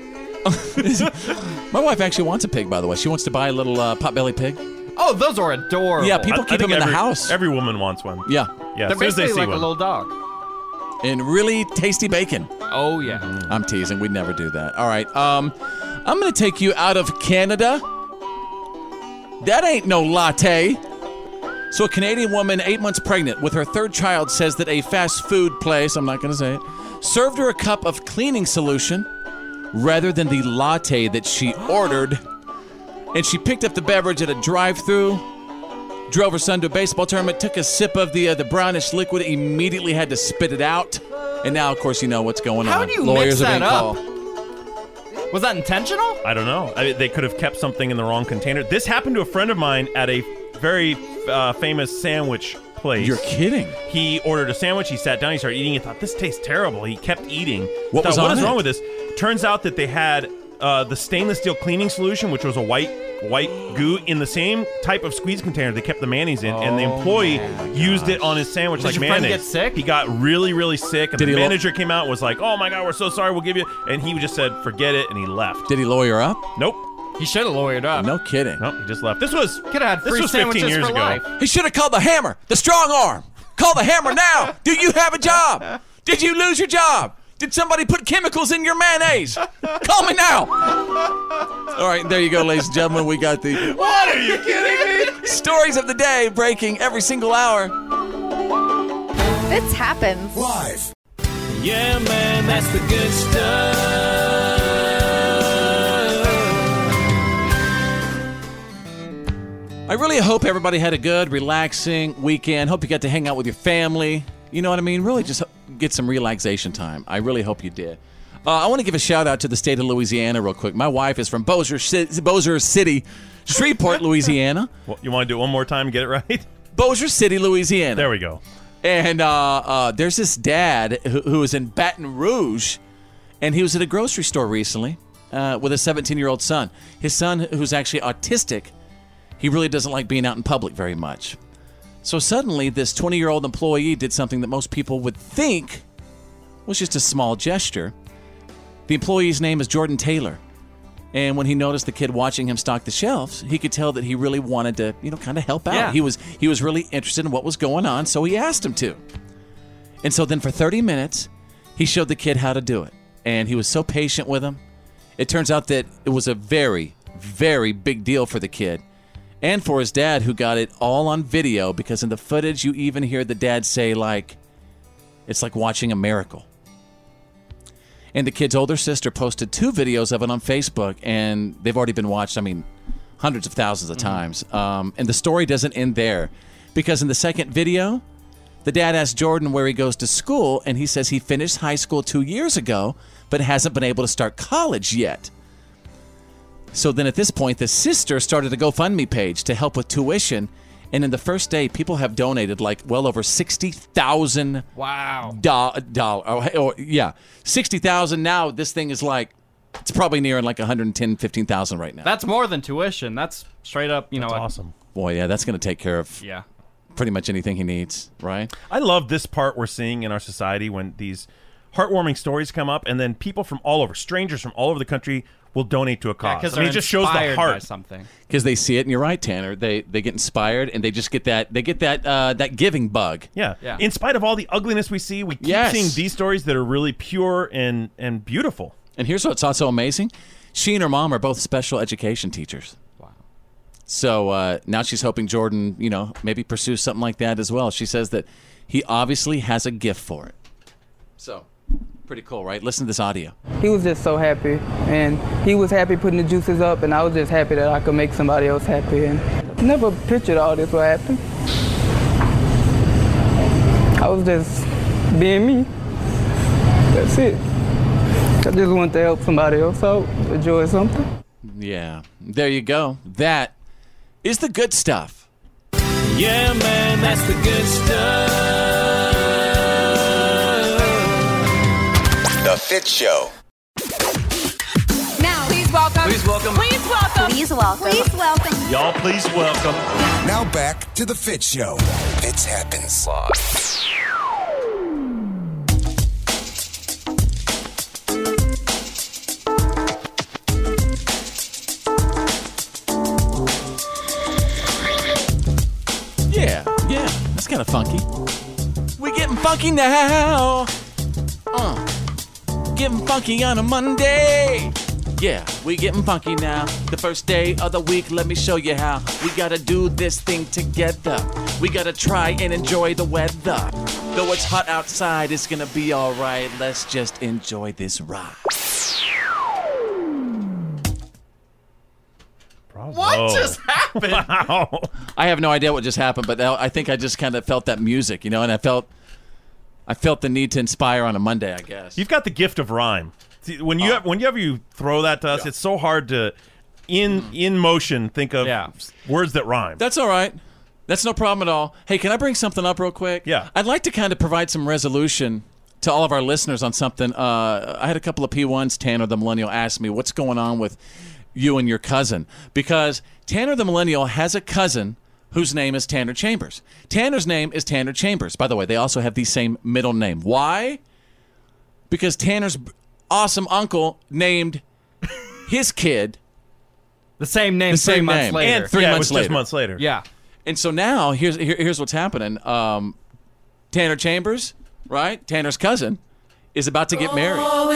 A: My wife actually wants a pig, by the way. She wants to buy a little uh, potbelly pig.
B: Oh, those are adorable.
A: Yeah, people keep them in the house.
C: Every woman wants one.
A: Yeah.
C: Yeah.
B: They're
C: as soon as they
B: basically
C: see
B: like
C: one.
B: a little dog.
A: and really tasty bacon.
B: Oh yeah.
C: Mm-hmm.
A: I'm teasing. We'd never do that. All right. Um, I'm gonna take you out of Canada. That ain't no latte. So a Canadian woman, eight months pregnant, with her third child, says that a fast food place, I'm not gonna say it, served her a cup of cleaning solution rather than the latte that she ordered. And she picked up the beverage at a drive-through drove her son to a baseball tournament, took a sip of the uh, the brownish liquid, immediately had to spit it out, and now of course you know what's going on.
B: How do you
A: Lawyers
B: mix
A: are being
B: that up?
A: called.
B: Was that intentional?
C: I don't know. I mean, they could have kept something in the wrong container. This happened to a friend of mine at a very uh, famous sandwich place.
A: You're kidding.
C: He ordered a sandwich. He sat down. He started eating. He thought this tastes terrible. He kept eating.
A: What
C: Thought,
A: was
C: what
A: on
C: is
A: it?
C: wrong with this? Turns out that they had uh, the stainless steel cleaning solution, which was a white white goo in the same type of squeeze container they kept the mayonnaise in, and the
B: Oh
C: employee
B: my
C: used it
B: gosh.
C: on his sandwich
B: Did
C: like
B: your friend
C: mayonnaise.
B: get sick?
C: He got really really sick, and
A: Did
C: the
A: he lo-
C: manager came out and was like, "Oh my god, we're so sorry. We'll give you." And he just said, "Forget it," and he left.
A: Did he lawyer up?
C: Nope.
B: He should have lawyered up.
A: No kidding.
C: Nope. He just left. This was
B: could have had
C: this
B: free
C: was 15
B: sandwiches
C: years
B: for
C: ago.
B: life.
A: He should have called the hammer, the strong arm. Call the hammer now. Do you have a job? Did you lose your job? Did somebody put chemicals in your mayonnaise? Call me now. All right, there you go, ladies and gentlemen. We got the
E: What are you kidding me?
A: stories of the day breaking every single hour.
N: This happens. Live.
E: Yeah, man, that's the good stuff.
A: I really hope everybody had a good, relaxing weekend. Hope you got to hang out with your family. You know what I mean? Really just get some relaxation time. I really hope you did. Uh, I want to give a shout out to the state of Louisiana real quick. My wife is from Bossier, Ci- Bossier City, Shreveport, Louisiana.
C: Well, you want to do it one more time? Get it right?
A: Bossier City, Louisiana. There
C: we go.
A: And uh, uh, there's this dad who, who is in Baton Rouge, and he was at a grocery store recently uh, with a 17 year old son. His son, who's actually autistic, he really doesn't like being out in public very much. So suddenly, this 20 year old employee did something that most people would think was just a small gesture. The employee's name is Jordan Taylor. And when he noticed the kid watching him stock the shelves, he could tell that he really wanted to, you know, kind of help out.
D: Yeah.
A: He was he was really interested in what was going on, so he asked him to. And so then for 30 minutes, he showed the kid how to do it. And he was so patient with him. It turns out that it was a very, very big deal for the kid. and for his dad who got it all on video because in the footage you even hear the dad say like it's like watching a miracle and the kid's older sister posted two videos of it on facebook and they've already been watched i mean hundreds of thousands of times um, and the story doesn't end there because in the second video the dad asks jordan where he goes to school and he says he finished high school two years ago but hasn't been able to start college yet so then at this point, the sister started a GoFundMe page to help with tuition. And in the first day, people have donated like well over sixty thousand.
B: Wow.
A: Dollar. or, or- oh, yeah, sixty thousand. Now this thing is like, it's probably nearing like 110, 15,000 right now.
B: That's more than tuition. That's straight up, you know.
C: awesome.
A: Boy, yeah, that's gonna take care of
B: Yeah.
A: pretty much anything he needs, right?
C: I love this part we're seeing in our society when these heartwarming stories come up, and then people from all over, strangers from all over the country, will donate to a cause. I mean, it just shows the heart.
A: because they see it. And you're right, Tanner. They they get inspired and they just get that they get that uh, that giving bug.
C: Yeah. In spite of all the ugliness we see, we keep
A: Yes.
C: seeing these stories that are really pure and and beautiful.
A: And here's what's also amazing: she and her mom are both special education teachers. Wow. So uh, now she's hoping Jordan, you know, maybe pursues something like that as well. She says that he obviously has a gift for it. So pretty cool, right? Listen to this audio.
O: He was just so happy, and he was happy putting the juices up, and I was just happy that I could make somebody else happy. And never pictured all this would happen. I was just being me. That's it. I just wanted to help somebody else out, enjoy something.
A: Yeah, there you go. That is the good stuff.
E: Yeah, man, that's the good stuff.
L: The Fit Show.
E: Now, please welcome.
L: Please welcome.
E: Please welcome. Please welcome. Please welcome.
C: Y'all, please welcome.
F: Now back to the Fit Show. Fits happens.
A: Yeah, yeah, that's kind of funky. We're getting funky now. Uh, getting funky on a Monday. Yeah, we getting funky now. The first day of the week, let me show you how. We gotta do this thing together. We gotta try and enjoy the weather. Though it's hot outside, it's gonna be alright. Let's just enjoy this ride.
C: Oh.
E: What just
C: happened? Wow.
A: I have no idea what just happened, but that- I think I just kind of felt that music, you know, and I felt, I felt the need to inspire on a Monday, I guess.
C: You've got the gift of rhyme. See, when you have, whenever you throw that to us, it's so hard to in in motion think of s- words that rhyme.
A: That's all right. That's no problem at all. Hey, can I bring something up real quick? Yeah. I'd like to kind of provide some resolution to all of our listeners on something. Uh, I had a couple of P1s, Tanner the Millennial, asked me, what's going on with you and your cousin? Because Tanner the Millennial has a cousin whose name is Tanner Chambers. Tanner's name is Tanner Chambers. By the way, they also have the same middle name. Why? Because Tanner's awesome uncle named his kid
B: the same name
A: the same
B: three months
A: name.
B: later.
A: and three
B: Yeah, it
A: months
B: was just
A: later.
B: months later. Yeah.
A: And so now here's here, here's what's happening. Um, Tanner Chambers, right? Tanner's cousin is about to get married.
P: Oh,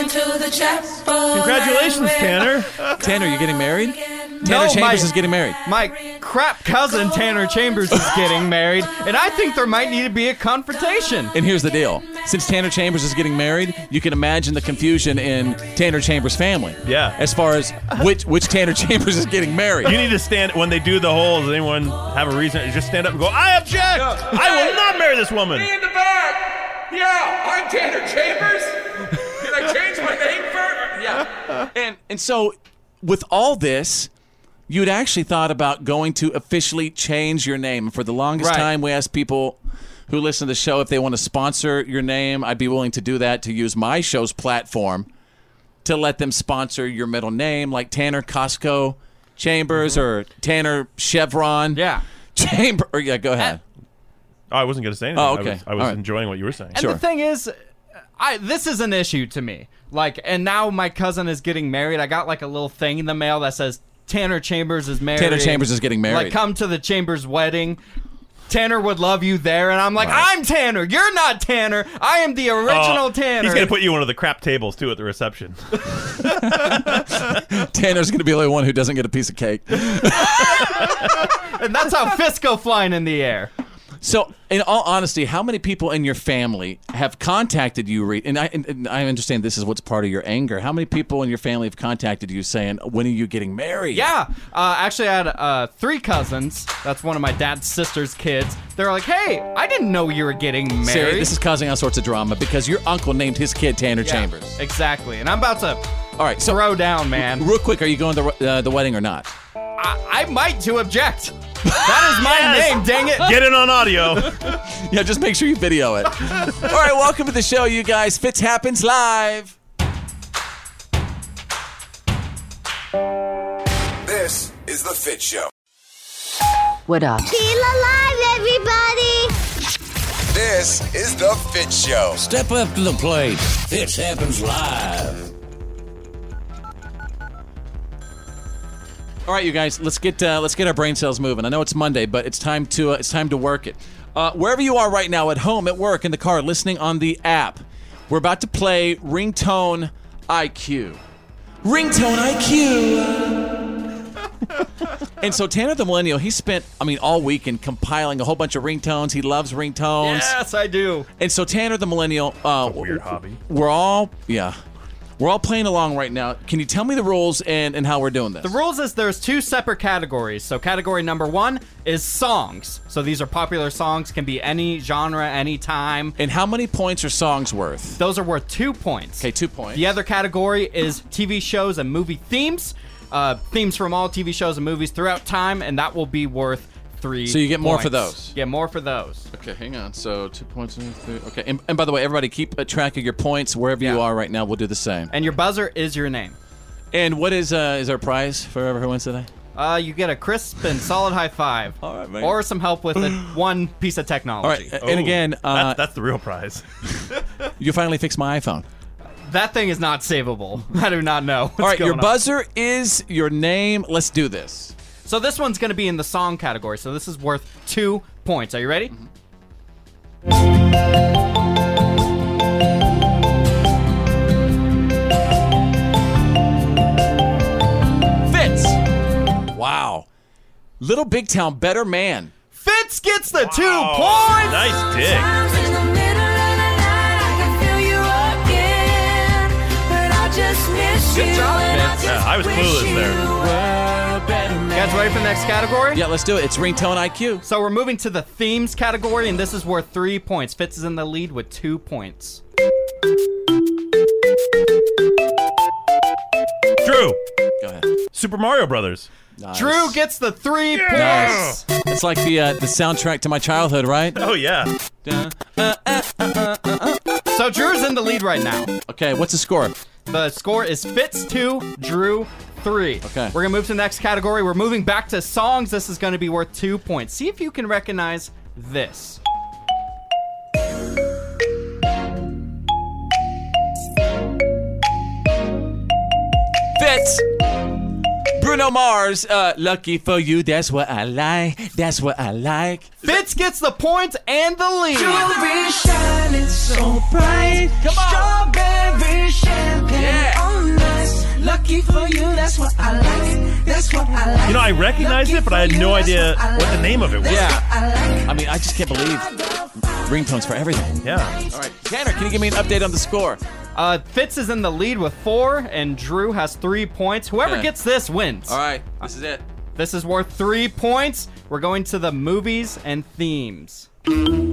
E: Congratulations,
A: Tanner, you're getting married? Tanner
B: No,
A: Chambers
B: my-
A: is getting married.
B: My crap cousin Tanner Chambers is getting married, and I think there might need to be a confrontation.
A: And here's the deal. Since Tanner Chambers is getting married, you can imagine the confusion in Tanner Chambers' family.
C: Yeah.
A: As far as which which Tanner Chambers is getting married.
C: You need to stand when they do the whole. Does anyone have a reason? Just stand up and go. I object. I will not marry this woman.
E: in the back. Yeah, I'm Tanner Chambers. Can I change my name for? Yeah.
A: And and so with all this, you'd actually thought about going to officially change your name. For the longest
B: Right.
A: time, we asked people who listen to the show if they want to sponsor your name. I'd be willing to do that to use my show's platform to let them sponsor your middle name, like Tanner Costco Chambers or Tanner Chevron. Yeah. Chamber. Or, yeah, go ahead.
C: Oh, I wasn't going to say anything.
A: Oh, okay.
C: I was, I was
A: All right.
C: enjoying what you were saying.
B: And the thing is, I this is an issue to me. Like, and now my cousin is getting married. I got like a little thing in the mail that says Tanner Chambers is married.
A: Chambers is getting married.
B: Like, come to the Chambers wedding. Tanner would love you there, and I'm like, I'm Tanner. You're not Tanner. I am the original
C: Oh,
B: Tanner.
C: He's gonna put you on one of the crap tables too at the reception.
A: Tanner's going to be the only one who doesn't get a piece of cake.
B: and that's how Fisco flying in the air.
A: So, in all honesty, how many people in your family have contacted you? Re- and, I, and- and I understand this is what's part of your anger. How many people in your family have contacted you saying, "When are you getting married?"
B: Yeah. Uh, actually, I had uh, three cousins. That's one of my dad's sister's kids. They're like, hey, I didn't know you were getting married.
A: Sarah, this is causing all sorts of drama because your uncle named his kid Tanner
B: Yeah,
A: Chambers.
B: Exactly. And I'm about to
A: All right, so
B: throw down, man.
A: real quick, are you going to the, uh, the wedding or not?
B: I, I might to object. That is my name, dang it.
C: Get it on audio.
A: yeah, just make sure you video it. All right, welcome to the show, you guys. Fitz happens live.
F: This is the Fit Show.
Q: What up?
G: Feel alive, everybody!
F: This is the Fit Show.
R: Step up to the plate. This happens live.
A: All right, you guys, let's get uh, let's get our brain cells moving. I know it's Monday, but it's time to uh, it's time to work it. Uh, wherever you are right now, at home, at work, in the car, listening on the app, we're about to play Ringtone IQ. Ringtone IQ. and so Tanner the Millennial, he spent I mean all weekend compiling a whole bunch of ringtones. He loves ringtones.
B: Yes, I do.
A: And so Tanner the Millennial, uh, weird hobby. We're all yeah, we're all playing along right now. Can you tell me the rules and and how we're doing this?
B: The rules is there's two separate categories. So category number one is songs. So these are popular songs, can be any genre, any time.
A: And how many points are songs worth?
B: Those are worth two points. Okay,
A: two points.
B: The other category is TV shows and movie themes. Uh, themes from all TV shows and movies throughout time, and that will be worth three.
A: So you get more for
B: points.
A: those.
B: Yeah, more for those.
A: Okay, hang on. So two points. Okay, and, and by the way, everybody keep a track of your points wherever you are right now. We'll do the same.
B: And your buzzer is your name.
A: And what is uh, is our prize for who wins today?
B: Uh, you get a crisp and solid high five. All right, Or some help with a, one piece of technology.
A: All right, and again, uh,
C: that's, that's the real prize.
A: You finally fixed my iPhone.
B: that thing is not savable. I do not know. what's
A: All right, your
B: going on.
A: buzzer is your name. Let's do this.
B: So this one's going to be in the song category. So this is worth two points. Are you ready?
A: Mm-hmm. Fitz. Wow. Little Big Town, better man.
B: Fitz gets the two
E: points!
C: Nice dig.
E: Good job, Vince.
C: Yeah, I was clueless there.
B: You guys ready for the next category?
A: Yeah, let's do it. It's ringtone IQ.
B: So we're moving to the themes category, and this is worth three points. Fitz is in the lead with two points.
C: Drew.
A: Go ahead.
C: Super Mario Brothers.
B: Drew gets the three points.
A: Nice. It's like the uh, the soundtrack to my childhood, right?
C: Oh yeah.
B: So Drew's in the lead right now.
A: Okay, what's the score?
B: The score is Fitz two, Drew three. Okay. We're gonna move to the next category. We're moving back to songs. This is gonna be worth two points. See if you can recognize this.
A: Fitz. Bruno Mars. Uh, lucky for you, that's what I like. That's what I like.
B: Fitz gets the points and the lead.
E: Jewelry shining so bright.
A: Come
E: on. Strawberry champagne on us. Lucky for you, that's what I like. That's what I like.
C: You know, I recognized it, but I had no idea what the name of it was.
A: Yeah. I mean, I just can't believe ringtones for everything.
C: Yeah.
A: All right, Tanner, can you give me an update on the score?
B: Uh, Fitz is in the lead with four, and Drew has three points. Whoever
A: Okay.
B: gets this wins.
A: All right, this is it.
B: This is worth three points. We're going to the movies and themes.
C: Drew.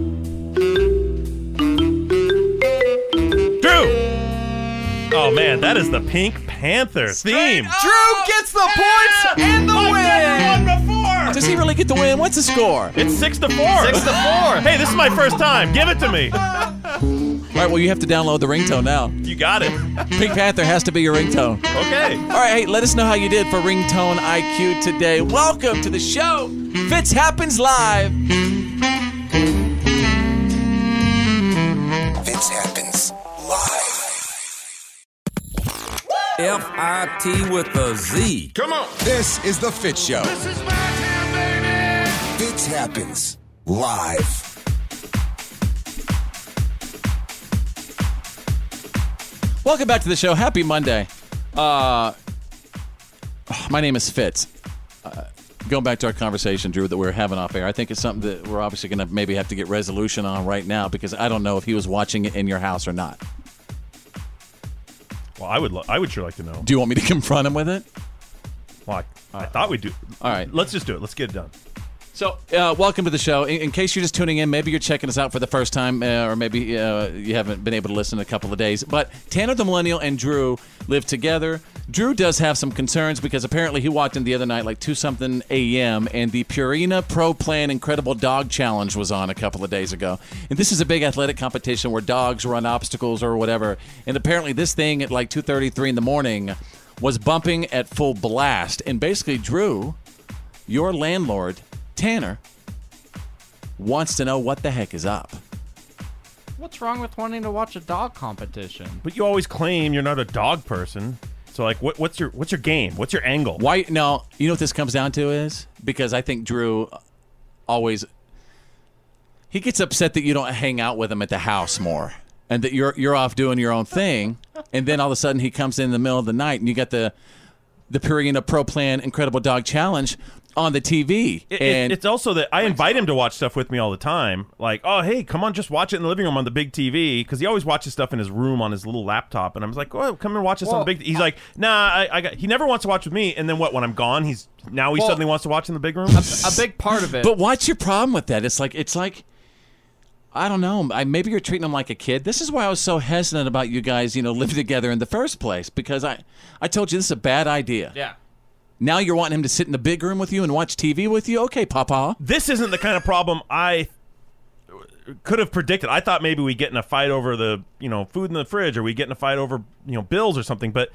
C: Oh man, that is the Pink Panther theme.
B: Drew gets the points and the win.
A: Does he really get the win? What's the score?
C: It's six to four.
B: Six to four.
C: Hey, this is my first time. Give it to me.
A: All right, well, you have to download the ringtone now.
C: You got it.
A: Pink Panther has to be your ringtone.
C: Okay.
A: All right, hey, let us know how you did for Ringtone IQ today. Welcome to the show. Fitz happens live.
F: Fits happens live.
K: F I T with a Z.
F: Come on. This is the Fit Show. This is my time, baby. Fits happens live.
A: Welcome back to the show. Happy Monday. Uh, oh, my name is Fitz. Uh, going back to our conversation, Drew, that we were having off air, I think it's something that we're obviously going to maybe have to get resolution on right now because I don't know if he was watching it in your house or not.
C: Well, I would. Lo- I would sure like to know.
A: Do you want me to confront him with it?
C: Well, I, I thought we'd do.
A: All right.
C: Let's just do it. Let's get it done.
A: So, uh, welcome to the show. In, in case you're just tuning in, maybe you're checking us out for the first time, uh, or maybe uh, you haven't been able to listen in a couple of days. But Tanner the Millennial and Drew live together. Drew does have some concerns because apparently he walked in the other night, like 2 something a.m., and the Purina Pro Plan Incredible Dog Challenge was on a couple of days ago. And this is a big athletic competition where dogs run obstacles or whatever. And apparently, this thing at like 2:33 in the morning was bumping at full blast. And basically, Drew, your landlord, Tanner wants to know what the heck is up.
B: What's wrong with wanting to watch a dog competition?
C: But you always claim you're not a dog person. So like, what, what's your what's your game? What's your angle?
A: Why? No, you know what this comes down to is because I think Drew always he gets upset that you don't hang out with him at the house more, and that you're you're off doing your own thing, and then all of a sudden he comes in, in the middle of the night, and you got the the Purina Pro Plan Incredible Dog Challenge on the TV.
C: It- it-
A: and
C: it's also that I invite him to watch stuff with me all the time. Like, oh hey, come on, just watch it in the living room on the big TV because he always watches stuff in his room on his little laptop. And I'm just like, oh, come and watch this on the
B: Well,
C: big. He's like, nah, I, I got. He never wants to watch with me. And then what? When I'm gone, he's now he
B: Well,
C: suddenly wants to watch in the big room.
B: A big part of it.
A: But what's your problem with that? It's like it's like I don't know. I, maybe you're treating him like a kid. This is why I was so hesitant about you guys, you know, living together in the first place because I I told you this is a bad idea.
B: Yeah.
A: Now you're wanting him to sit in the big room with you and watch TV with you? Okay, Papa.
C: this isn't the kind of problem I could have predicted. I thought maybe we get in a fight over the you know food in the fridge, or we get in a fight over you know bills or something. But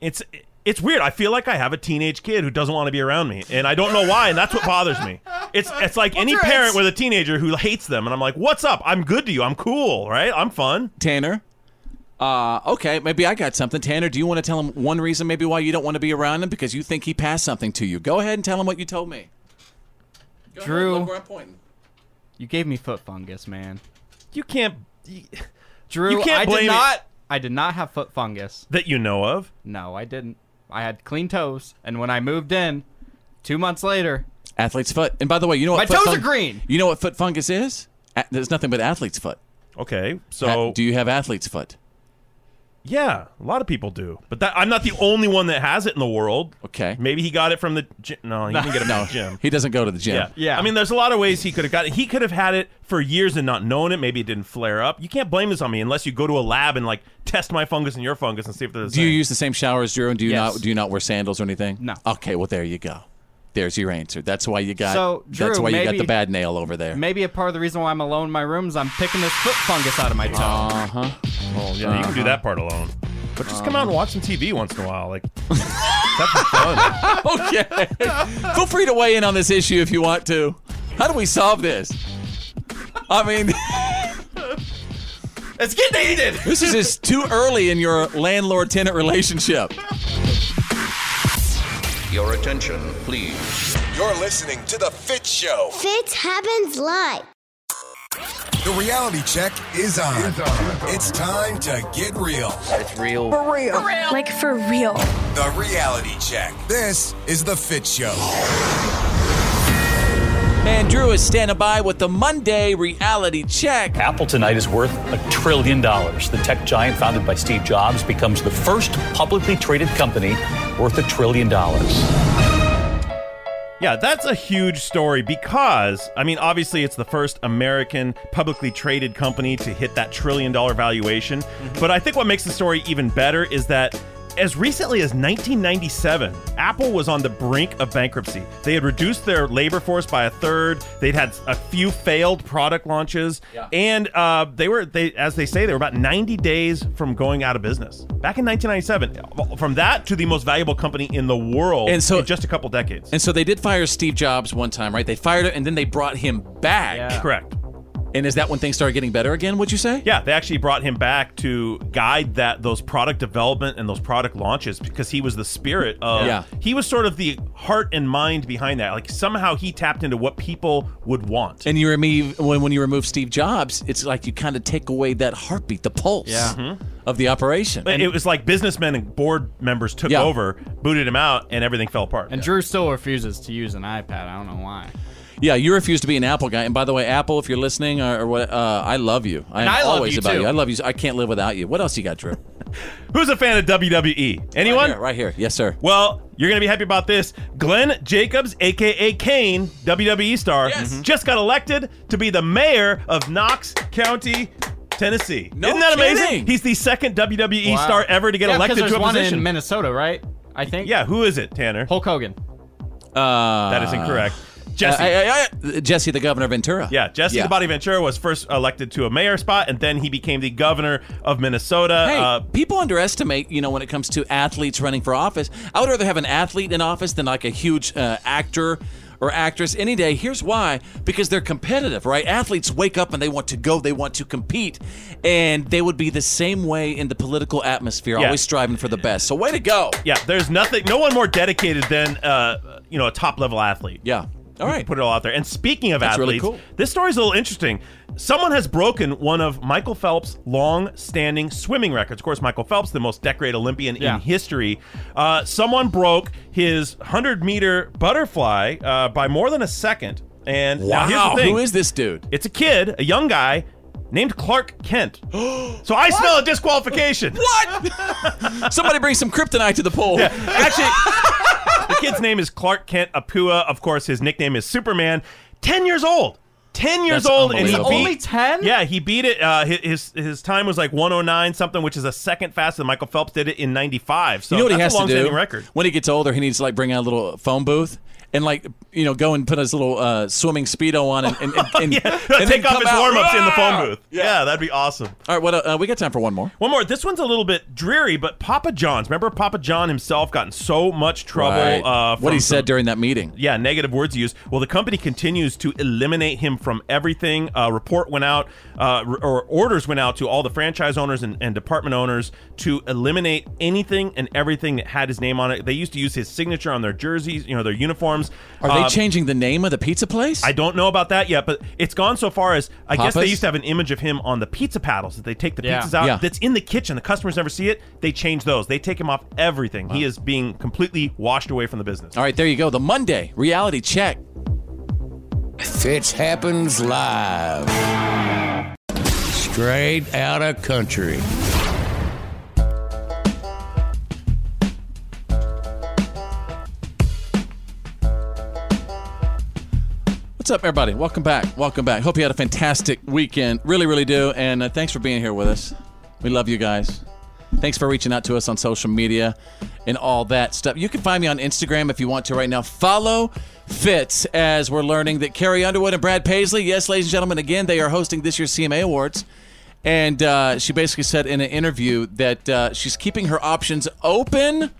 C: it's it's weird. I feel like I have a teenage kid who doesn't want to be around me, and I don't know why. And that's what bothers me. It's it's like any
A: Drew,
C: parent
A: it's-
C: with a teenager who hates them, and I'm like, what's up? I'm good to you. I'm cool, right? I'm fun.
A: Tanner. Uh, okay, maybe I got something. Tanner, do you want to tell him one reason maybe why you don't want to be around him because you think he passed something to you? Go ahead and tell him what you told me. Go ahead,
B: Drew.
A: look where I'm pointing.
B: You gave me foot fungus, man.
C: You can't.
B: Drew,
C: You can't
B: I
C: blame
B: did
C: it-
B: not. I did not have foot fungus.
C: That you know of?
B: No, I didn't. I had clean toes, and when I moved in, two months later,
A: Athlete's foot. And by the way, you know what
B: My
A: foot
B: toes are green.
A: You know what foot fungus is? A- there's nothing but athlete's foot.
C: Okay,
A: so do you have athlete's foot?
C: Yeah, a lot of people do, but that, I'm not the only one that has it in the world.
A: Okay,
C: maybe he got it from the gym. No, he didn't get it from the gym.
A: He doesn't go to the gym.
C: Yeah. I mean, there's a lot of ways he could have got it. He could have had it for years and not known it. Maybe it didn't flare up. You can't blame this on me unless you go to a lab and like test my fungus and your fungus and see if there's.
A: Do you use the same shower as Drew? And do you
C: Yes.
A: not? Do you not wear sandals or anything? No. Okay. Well, there you go. There's your answer. That's why you got.
B: So, Drew,
A: that's why you got
B: maybe-
A: the bad nail over there.
B: maybe a part of the reason why I'm alone in my room is I'm picking this foot fungus out of my toe.
A: Uh huh.
C: Oh yeah, you can
A: Uh-huh.
C: do that part alone. But just come out and watch some TV once in a while. Like
A: okay. Feel free to weigh in on this issue if you want to. How do we solve this? I mean,
B: it's getting heated.
A: This is just too early in your landlord-tenant relationship.
R: Your attention, please.
F: You're listening to The Fit Show.
G: Fitz happens live.
F: The reality check is on. It's time to get real. It's real.
G: real. Like for real.
F: The reality check. This is The Fit Show.
A: And Drew is standing by with the Monday reality check.
S: Apple tonight is worth a trillion dollars. The tech giant founded by Steve Jobs becomes the first publicly traded company worth a trillion dollars.
C: Yeah, that's a huge story because, I mean, obviously it's the first American publicly traded company to hit that trillion dollar valuation.
A: Mm-hmm.
C: But I think what makes the story even better is that as recently as 1997, Apple was on the brink of bankruptcy. They had reduced their labor force by a third, they'd had a few failed product launches, and uh, they were, they as they say, they were about 90 days from going out of business. Back in 1997, from that to the most valuable company in the world
A: And so-
C: in just a couple decades.
A: And so they did fire Steve Jobs one time, right? They fired him and then they brought him back.
C: Correct.
A: And is that when things started getting better again? Would you say?
C: Yeah, they actually brought him back to guide that those product development and those product launches because he was the spirit of.
A: Yeah.
C: He was sort of the heart and mind behind that. Like somehow he tapped into what people would want.
A: And you remove when when you remove Steve Jobs, it's like you kind of take away that heartbeat, the pulse
C: Yeah. Mhm.
A: of the operation.
C: But it was like businessmen and board members took
A: Yeah.
C: over, booted him out, and everything fell apart.
B: And Drew still refuses to use an iPad. I don't know why.
A: yeah, you refuse to be an Apple guy. And by the way, Apple, if you're listening or, or what, uh, I love you. I
C: And
A: am
C: I love
A: always
C: you,
A: about
C: too.
A: you. I love you. I can't live without you. What else you got, Drew?
C: Who's a fan of WWE? Anyone? Right here,
A: Yes, sir.
C: Well, you're going to be happy about this. Glenn Jacobs, a.k.a. Kane, WWE star,
B: Mm-hmm.
C: just got elected to be the mayor of Knox County, Tennessee. Isn't that amazing?
B: kidding.
C: He's the second WWE
B: Wow.
C: star ever to get
B: Yeah, 'cause
C: elected
B: there's
C: to a
B: one
C: position.
B: in Minnesota, right? I think.
C: Yeah, who is it, Tanner?
B: Hulk Hogan.
A: Uh,
C: That is incorrect. Jesse.
A: I- I- I- Jesse, the governor of Ventura.
C: Yeah, Jesse
A: Yeah.
C: the Body Ventura was first elected to a mayor spot, and then he became the governor of Minnesota.
A: Hey,
C: uh,
A: people underestimate, you know, when it comes to athletes running for office. I would rather have an athlete in office than like a huge uh, actor or actress any day. Here's why because they're competitive, right? Athletes wake up and they want to go, they want to compete, and they would be the same way in the political atmosphere,
C: Yeah.
A: always striving for the best. So, way to go.
C: yeah, there's nothing, no one more dedicated than uh, you know a top level athlete.
A: Yeah. All right.
C: Put it all out there. And speaking of
A: That's really
C: athletes,
A: cool.
C: this story's a little interesting. Someone has broken one of Michael Phelps' long-standing swimming records. Of course, Michael Phelps, the most decorated Olympian
B: Yeah.
C: in history. Uh, someone broke his 100-meter butterfly uh, by more than a second. And now here's
A: Wow.
C: the thing.
A: Who is this dude?
C: It's a kid, a young guy named Clark Kent. so I smell a disqualification.
A: What? Somebody bring some kryptonite to the pool.
C: the kid's name is Clark Kent Apua. Of course, his nickname is Superman. Ten years old. Ten years
B: That's
C: old, and he beat
B: unbelievable. Only 10?
C: Yeah, he beat it. Uh, hi- his his time was like 109 something, which is a second faster than Michael Phelps did it in 95. So
A: you know what he has
C: that's
A: to
C: a
A: do?
C: long-standing record.
A: When he gets older, he needs to like bring out a little phone booth and like you know go and put his little uh, swimming speedo on and, and, and, and, and then
C: Take off
A: come
C: his
A: out, Ah!
C: warm ups in the phone
A: "Rah!"
C: booth. Yeah, that'd be awesome.
A: All right, what uh, we got time for one more.
C: One more. This one's a little bit dreary, but Papa John's. Remember, Papa John himself got in so much trouble.
A: Right.
C: Uh,
A: what he
C: from some-
A: said during that meeting.
C: yeah, negative words used. Well, the company continues to eliminate him from everything. A report went out, uh, r- or orders went out to all the franchise owners and, and department owners to eliminate anything and everything that had his name on it. They used to use his signature on their jerseys, you know, their uniforms.
A: Are they
C: Uh,
A: changing the name of the pizza place?
C: I don't know about that yet, but it's gone so far as I guess they
A: Papa's?
C: used to have an image of him on the pizza paddles that they take the
A: Yeah.
C: pizzas out.
A: Yeah.
C: That's in the kitchen. The customers never see it. They change those. They take him off everything. He is being completely washed away from the business.
A: All right, there you go. The Monday reality check.
R: Fitz happens live. Straight out of country.
A: What's up, everybody? Welcome back. Welcome back. Hope you had a fantastic weekend. Really, really do. And uh, thanks for being here with us. We love you guys. Thanks for reaching out to us on social media and all that stuff. You can find me on Instagram if you want to right now. Follow Fitz as we're learning that Carrie Underwood and Brad Paisley, yes, ladies and gentlemen, again, they are hosting this year's CMA Awards. And uh, she basically said in an interview that uh, she's keeping her options open,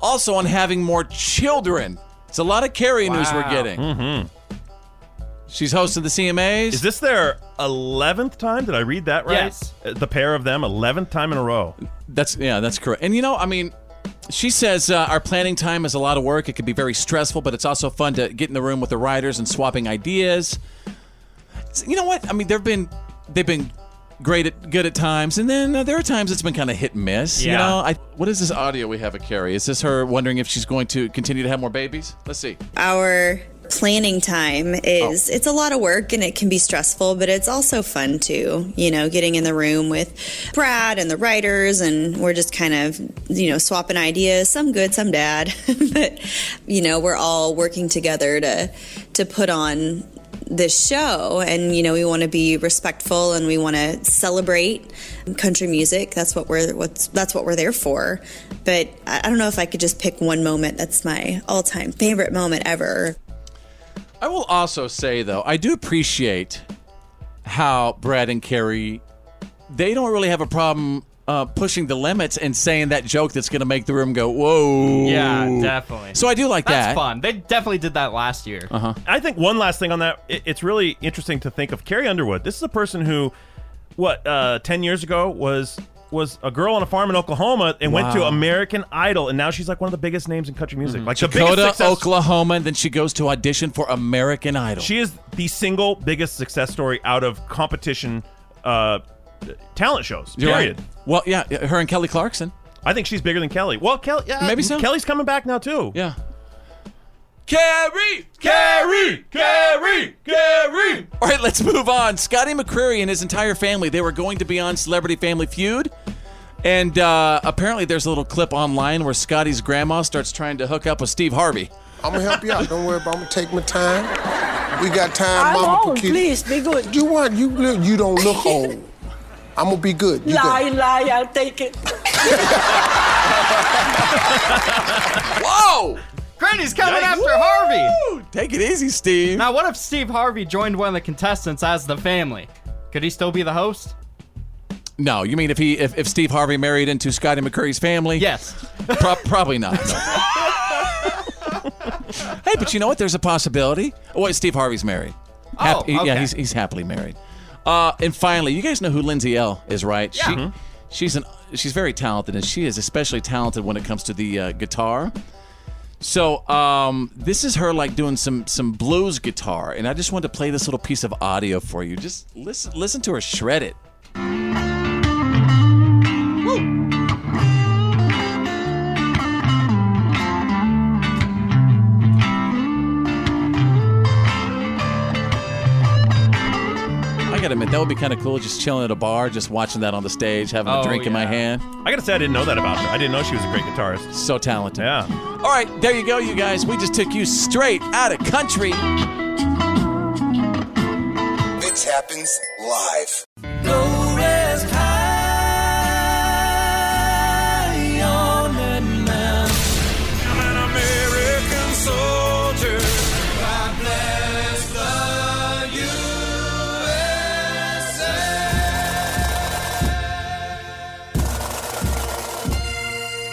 A: also on having more children. It's a lot of Carrie news we're
C: Wow.
A: getting. She's hosting the CMAs.
C: Is this their eleventh time? Did I read that right?
A: Yes.
C: Uh, The pair of them, eleventh time in a row.
A: That's yeah, that's correct. And you know, I mean, she says uh, our planning time is a lot of work. It can be very stressful, but it's also fun to get in the room with the writers and swapping ideas. It's- You know what? I mean, they've been they've been great at good at times, and then uh, there are times it's been kind of hit and miss. You
C: Yeah.
A: know, I, what is this audio we have of Carrie? Is this her wondering if she's going to continue to have more babies? Let's see.
P: Our planning time is it's a lot of work and it can be stressful, but it's also fun too. You know, getting in the room with Brad and the writers and we're just kind of, you know, swapping ideas, some good, some bad. but you know, we're all working together to to put on this show and you know we want to be respectful and we want to celebrate country music that's what we're what's that's what we're there for but i I don't know if i could just pick one moment that's my all-time favorite moment ever
A: I will also say though, I do appreciate how Brad and Carrie they don't really have a problem uh, pushing the limits and saying that joke that's going to make the room go, whoa.
B: Yeah, definitely.
A: So I do like
B: That's
A: that.
B: fun. They definitely did that last year.
A: Uh huh.
C: I think one last thing on that. It, it's really interesting to think of Carrie Underwood. This is a person who, what, uh, ten years ago was was a girl on a farm in Oklahoma and went to
A: Wow. Mm-hmm.
C: American Idol, and now she's like one of the biggest names in country music. Like the biggest
A: Dakota,
C: success.
A: Oklahoma, and then she goes to audition for American Idol.
C: She is the single biggest success story out of competition uh, talent shows.
A: You're right.
C: period.
A: Well, yeah, her and Kelly Clarkson.
C: I think she's bigger than Kelly. Well, Kelly, yeah,
A: Maybe so.
C: Kelly's coming back now too.
A: Yeah.
C: Carrie, Carrie, Carrie, Carrie.
A: All right, let's move on. Scotty McCreery and his entire family, they were going to be on Celebrity Family Feud. And uh, apparently there's a little clip online where Scotty's grandma starts trying to hook up with Steve Harvey.
L: I'm gonna help you out. Don't worry about. I'm gonna take my time. We got time,
E: I'm
L: Mama
E: old,
L: Paquita.
E: please, be good.
L: You want you look- you don't look old. I'm gonna be good. You
E: Lie, lie, I'll take it.
A: Whoa!
B: Granny's coming
E: Yikes.
B: after Harvey.
A: Take it easy, Steve.
B: Now, what if Steve Harvey joined one of the contestants as the family? Could he still be the host?
A: No, you mean if he if, if Steve Harvey married into Scotty McCreery's family?
B: Yes.
A: Pro- probably not. no. hey, but you know what? There's a possibility. Oh, wait, Steve Harvey's married. Hap-
E: Oh, okay.
A: Yeah, he's, he's happily married. Uh, and finally, you guys know who Lindsay L is, right? She, She's an she's very talented, and she is especially talented when it comes to the uh, guitar. So um, this is her like doing some some blues guitar, and I just wanted to play this little piece of audio for you. Just listen listen to her shred it. I gotta admit, that would be kind of cool, just chilling at a bar, just watching that on the stage, having
C: Oh,
A: a drink in my
C: yeah.
A: hand.
C: I gotta say, I didn't know that about her. I didn't know she was a great guitarist.
A: So talented.
C: Yeah.
A: All right, there you go, you guys. We just took you straight out of country.
F: Fits happens live.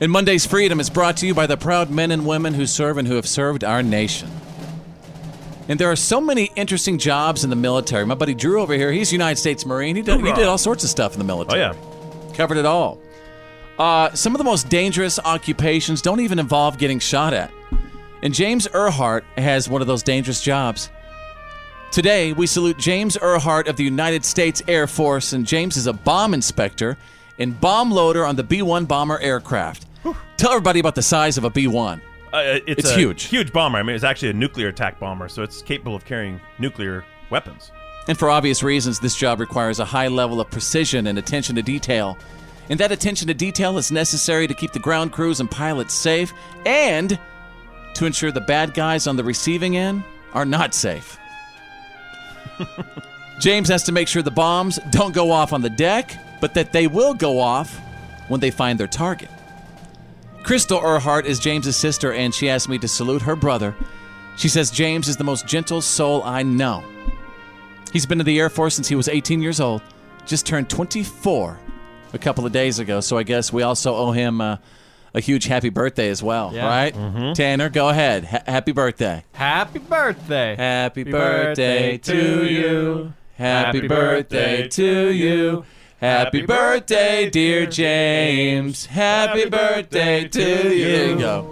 A: And Monday's Freedom is brought to you by the proud men and women who serve and who have served our nation. And there are so many interesting jobs in the military. My buddy Drew over here, he's a United States Marine. He did, he did all sorts of stuff in the military.
C: Oh,
A: yeah. Covered it all. Uh, some of the most dangerous occupations don't even involve getting shot at. And James Earhart has one of those dangerous jobs. Today, we salute James Earhart of the United States Air Force, and James is a bomb inspector and bomb loader on the B 1 bomber aircraft. Tell everybody about the size of a B 1.
C: Uh, it's
A: It's
C: a
A: huge.
C: huge bomber. I mean, it's actually a nuclear attack bomber, so it's capable of carrying nuclear weapons.
A: And for obvious reasons, this job requires a high level of precision and attention to detail. And that attention to detail is necessary to keep the ground crews and pilots safe and to ensure the bad guys on the receiving end are not safe. James has to make sure the bombs don't go off on the deck, but that they will go off when they find their target. Crystal Earhart is James's sister, and she asked me to salute her brother. She says James is the most gentle soul I know. He's been in the Air Force since he was 18 years old, just turned 24 a couple of days ago. So I guess we also owe him uh, a huge happy birthday as well,
B: Yeah.
A: right?
B: Mhm.
A: Tanner, go ahead. Ha- happy birthday.
B: Happy birthday.
A: Happy birthday to you. Happy birthday to you. Happy birthday, dear James. Happy birthday to you. There you go.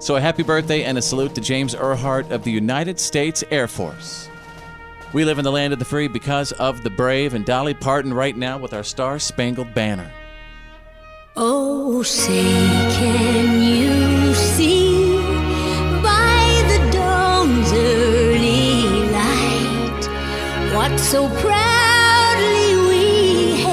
A: So, a happy birthday and a salute to James Earhart of the United States Air Force. We live in the land of the free because of the brave, and Dolly Parton right now with our Star Spangled Banner.
E: Oh, say, can you see by the dawn's early light what so proudly we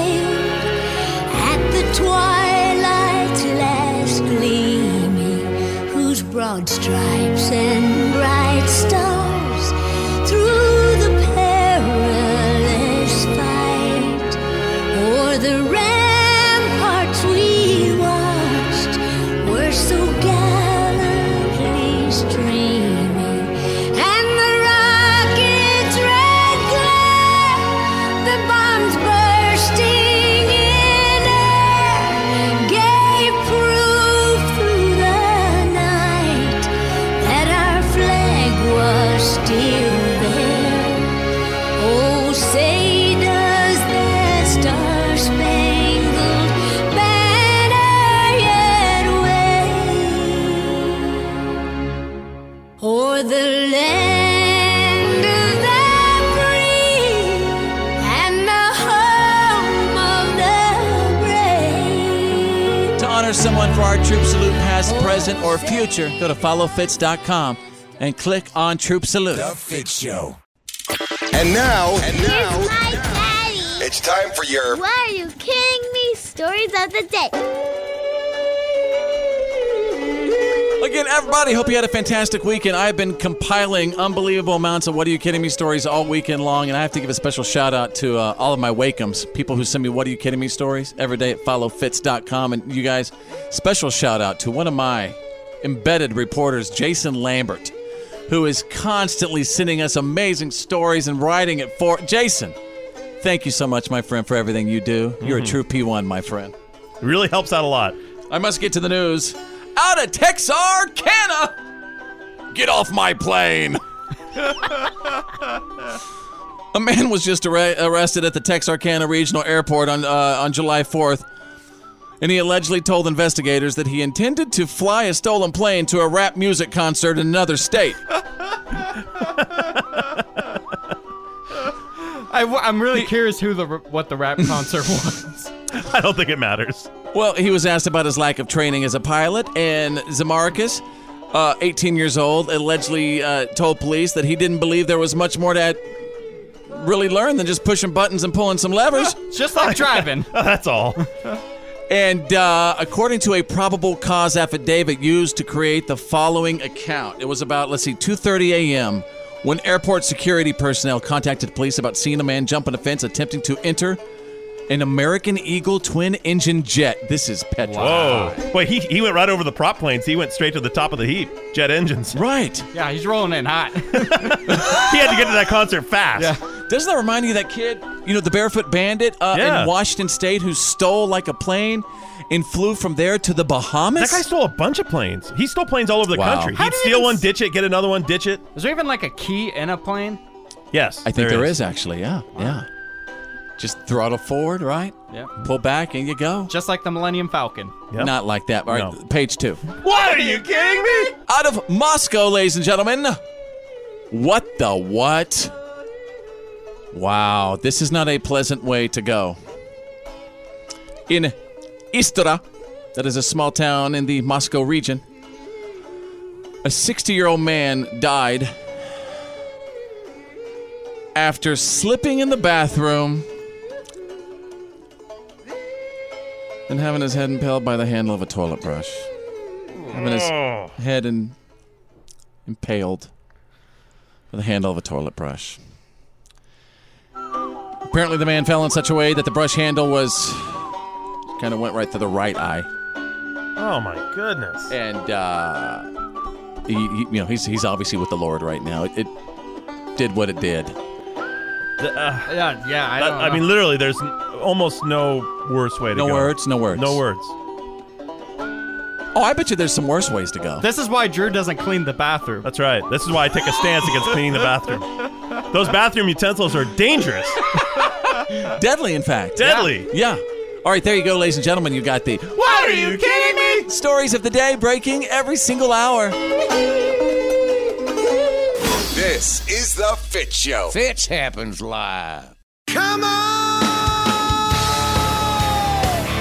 E: Proud stripes and bright stars through the perilous fight. O'er the ramparts we watched were so gallantly streaming. And the rockets' red glare, the bombs bursting in air, gave proof through the night that our flag was still there. Oh, say does the star spangled banner yet wave o'er the land of the free and the home of the brave?
A: To honor someone for our troop salute, past, present, or future, go to followfits.com and click on Troop Salute. The
L: Fit Show. And now, and now,
G: My daddy.
L: it's time for your
G: Why are you kidding me? Stories of the day.
A: Again, everybody, hope you had a fantastic weekend. I've been compiling unbelievable amounts of What Are You Kidding Me stories all weekend long, and I have to give a special shout out to uh, all of my Wakems, people who send me What Are You Kidding Me stories every day at followfits.com. And you guys, special shout out to one of my embedded reporters, Jason Lambert, who is constantly sending us amazing stories and writing it for. Jason, thank you so much, my friend, for everything you do. You're a
C: Mhm.
A: true P1, my friend.
C: It really helps out a lot.
A: I must get to the news. Out of Texarkana! Get off my plane! A man was just arre- arrested at the Texarkana Regional Airport on uh, on July 4th, and he allegedly told investigators that he intended to fly a stolen plane to a rap music concert in another state.
B: I, am really curious who the r- what the rap concert was.
C: I don't think it matters.
A: Well, he was asked about his lack of training as a pilot, and Zamarcus, uh, 18 years old, allegedly uh, told police that he didn't believe there was much more to really learn than just pushing buttons and pulling some levers.
B: just like driving.
C: That's all.
A: And uh, according to a probable cause affidavit used to create the following account, it was about let's see, 2:30 a.m. when airport security personnel contacted police about seeing a man jumping a fence attempting to enter an American Eagle twin-engine jet. This is petrifying.
C: Whoa. Wait, he, he went right over the prop planes. He went straight to the top of the heap. Jet engines.
A: Right.
B: Yeah, he's rolling in hot.
C: he had to get to that concert fast.
A: Doesn't that remind you of that kid, you know, the barefoot bandit uh,
C: Yeah.
A: in Washington State who stole like a plane and flew from there to the Bahamas?
C: That guy stole a bunch of planes. He stole planes all over the
A: Wow.
C: country.
A: How
C: He'd
A: do you
C: steal
A: even
C: one, ditch it, get another one, ditch it.
B: Is there even like a key in a plane?
C: Yes.
A: I think there is. actually. Yeah, yeah. Just throttle forward, right?
B: Yep.
A: Pull back and you go.
B: Just like the Millennium Falcon.
A: Not like that. All right, page two.
C: What are you kidding me?
A: Out of Moscow, ladies and gentlemen. What the what? Wow, this is not a pleasant way to go. In Istra, that is a small town in the Moscow region, a 60 year old man died after slipping in the bathroom and having his head impaled by the handle of a toilet brush. Having his
C: Oh.
A: head in, impaled by the handle of a toilet brush. Apparently, the man fell in such a way that the brush handle was kind of went right to the right eye,
C: Oh, my goodness.
A: and uh, he, he- you know he's he's obviously with the Lord right now. It, it did what it did.
B: yeah, yeah. I,
C: That-
B: don't
C: I
B: know.
C: mean, literally, there's n- almost no worse way to
A: No
C: go.
A: words, no words.
C: No words.
A: Oh, I bet you there's some worse ways to go.
B: This is why Drew doesn't clean the bathroom.
C: That's right. This is why I take a stance against cleaning the bathroom. Those bathroom utensils are dangerous.
A: Deadly, in fact.
C: Deadly.
A: Yeah. All right, there you go, ladies and gentlemen. You got the
C: What are you kidding
A: me? Stories of the day breaking every single hour.
L: This is the Fit Show.
T: Fitch happens live.
L: Come on!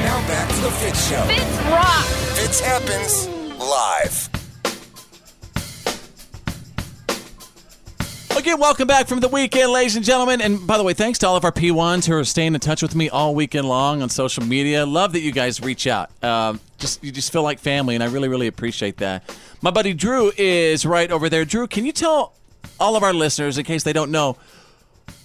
L: Now back to the Fit Show.
E: Fits rock.
L: Fits happens live.
A: Again, welcome back from the weekend, ladies and gentlemen. And by the way, thanks to all of our P1s who are staying in touch with me all weekend long on social media. Love that you guys reach out. Um, just you just feel like family, and I really, really appreciate that. My buddy Drew is right over there. Drew, can you tell all of our listeners, in case they don't know,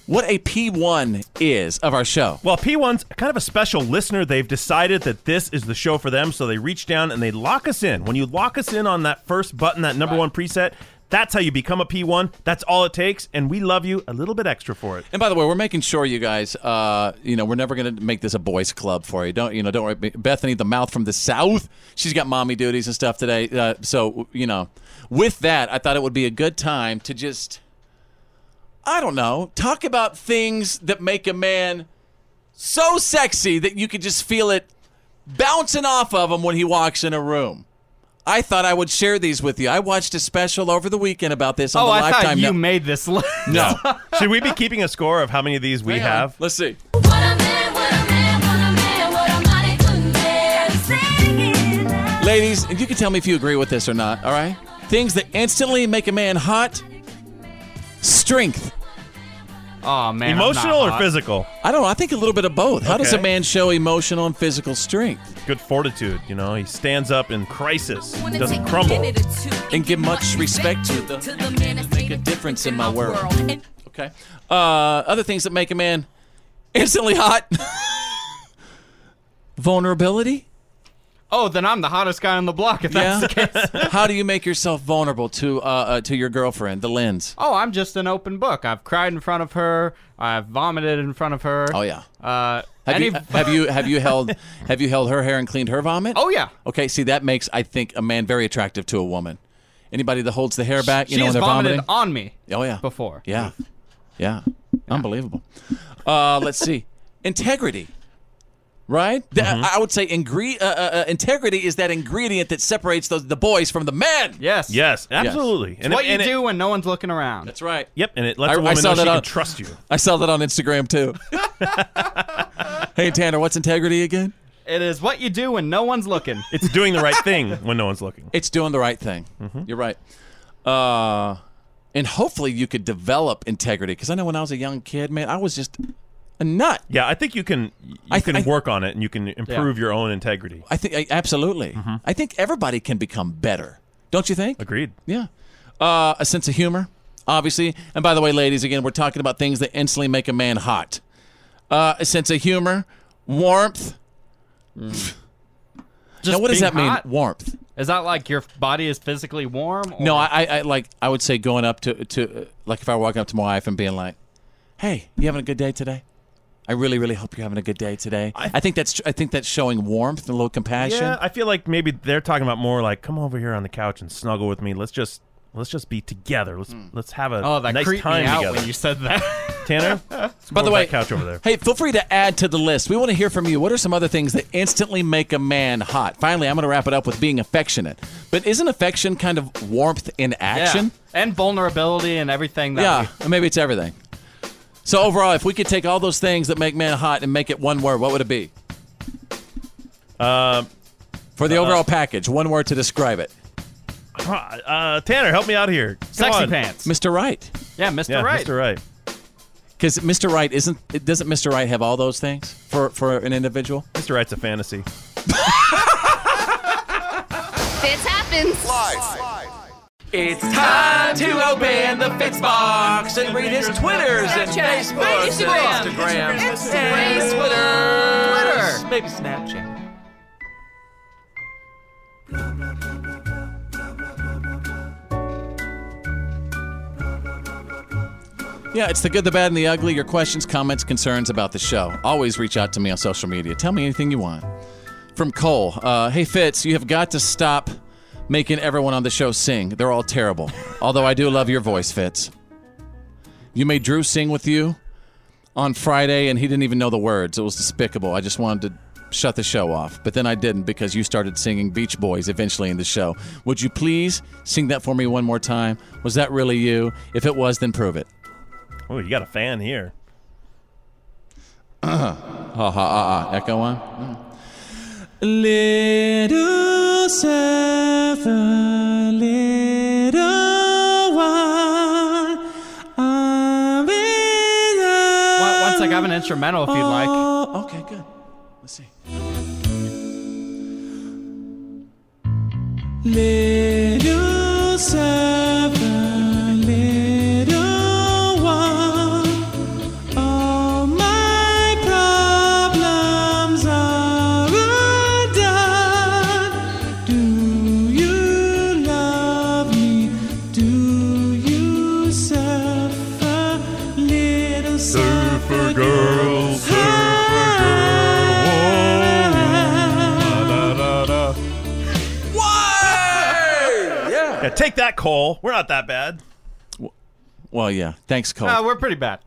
A: what a P1 is of our show?
C: Well, P1's kind of a special listener. They've decided that this is the show for them, so they reach down and they lock us in. When you lock us in on that first button, that number one preset, that's how you become a P1. That's all it takes, and we love you a little bit extra for it.
A: And by the way, we're making sure you guys, uh, you know, we're never going to make this a boys' club for you. Don't you know? Don't worry. Bethany, the mouth from the south, she's got mommy duties and stuff today. Uh, so you know, with that, I thought it would be a good time to just, I don't know, talk about things that make a man so sexy that you could just feel it bouncing off of him when he walks in a room. I thought I would share these with you. I watched a special over the weekend about this on
B: Oh,
A: the
B: I
A: Lifetime
B: thought you
A: Network.
B: made this list.
C: No. Should we be keeping a score of how many of these we
A: Hang on.
C: have?
A: Let's see. Ladies, and you can tell me if you agree with this or not, all right? Things that instantly make a man hot strength.
B: Oh, man. I'm not hot.
A: I don't know. I think a little bit of both. How does a
C: Okay.
A: man show emotional and physical strength?
C: Good fortitude, you know. He stands up in crisis, He doesn't crumble.
A: and give much respect to the man that make a difference in my world. Okay. Uh, other things that make a man instantly hot. Vulnerability.
B: Oh, then I'm the hottest guy on the block if that's the case.
A: How do you make yourself vulnerable to uh, uh, to your girlfriend, the lens?
B: Oh, I'm just an open book. I've cried in front of her. I've vomited in front of her.
A: Oh yeah.
B: Uh,
A: Have
B: any-
A: you have you have you held have you held her hair and cleaned her vomit?
B: Oh yeah.
A: Okay. See, that makes I think a man very attractive to a woman. Anybody that holds the hair back, you
B: she
A: know, when
B: has
A: they're
B: vomited
A: vomiting.
B: on me.
A: Oh yeah.
B: Before.
A: Yeah. Yeah. Unbelievable. Uh, let's see. Integrity. Right? The-
B: Mm-hmm.
A: I would say ingre- uh, uh, uh, integrity is that ingredient that separates those, the boys from the men.
B: Yes.
C: Yes, absolutely.
B: It's what you do when no one's looking around.
A: That's right.
C: Yep, and it lets a woman know she can trust you.
A: I saw that on Instagram too. hey Tanner, what's integrity again?
B: It is what you do when no one's looking.
C: It's doing the right thing when no one's looking.
A: It's doing the right thing.
B: Mm-hmm.
A: You're right. Uh, and hopefully you could develop integrity because I know when I was a young kid, man, I was just a nut.
C: Yeah, I think you can you
A: I
C: can
A: th- I-
C: work on it and you can improve your own integrity.
A: I think I, absolutely.
B: Mm-hmm.
A: I think everybody can become better. Don't you think?
C: Agreed.
A: Yeah. Uh, a sense of humor, obviously. And by the way, ladies, again, we're talking about things that instantly make a man hot. Uh, a sense of humor, warmth. now, what does
B: Mm. being
A: that mean?
B: hot?
A: Warmth.
B: Is that like your body is physically warm? Or
A: No, I, I, I like. I would say going up to to uh, like if I walk up to my wife and being like, "Hey, you having a good day today? I really, really hope you're having a good day today." I, think that's I think that's showing warmth and a little compassion.
C: Yeah, I feel like maybe they're talking about more like come over here on the couch and snuggle with me. Let's just let's just be together. Let's let's have a
B: Oh, that
C: nice
B: creeped
C: time
B: me out
C: together.
B: when you said that.
C: Tanner, let's
A: By the
C: move
A: way,
C: that couch over there.
A: Hey, feel free to add to the list. We want to hear from you. What are some other things that instantly make a man hot? Finally, I'm going to wrap it up with being affectionate. But isn't affection kind of warmth in
B: Yeah.
A: action?
B: and vulnerability and everything. That
A: Yeah,
B: we-
A: and maybe it's everything. So overall, if we could take all those things that make man hot and make it one word, what would it be?
C: Uh,
A: For the overall package, one word to describe it.
C: Uh, Tanner, help me out here. Come on.
A: Mr. Right.
B: Yeah, Mr.
C: Yeah,
B: Right.
C: Mr. Right.
A: Because Mr. Right isn't it doesn't Mr. Right have all those things for for an individual?
C: Mr. Right's a fantasy.
H: Fits happens.
E: It's time to open the Fitz box and read his Twitters and
D: Snapchat,
E: Facebooks
D: Instagram,
E: and Instagrams
D: Instagram,
E: and Twitters.
D: Twitter.
E: Maybe Snapchat.
A: Yeah, it's the good, the bad, and the ugly. Your questions, comments, concerns about the show. Always reach out to me on social media. Tell me anything you want. From Cole, uh, hey Fitz, you have got to stop making everyone on the show sing. They're all terrible. Although I do love your voice, Fitz. You made Drew sing with you on Friday, and he didn't even know the words. It was despicable. I just wanted to shut the show off, but then I didn't because you started singing Beach Boys eventually in the show. Would you please sing that for me one more time? Was that really you? If it was, then prove it.
C: Oh, you got a fan here.
A: Uh, ha ha ah ah. Echo one. Little seven, little one,
B: have an instrumental if you'd like.
E: Uh,
A: Oh, okay, good. Let's see.
E: Little servant, little one, all my problems are undone. Do you love me? Do you suffer, little surfer girl?
C: Yeah, take that, Cole. We're not that bad.
A: Well, yeah. Thanks, Cole.
B: Uh, we're pretty bad.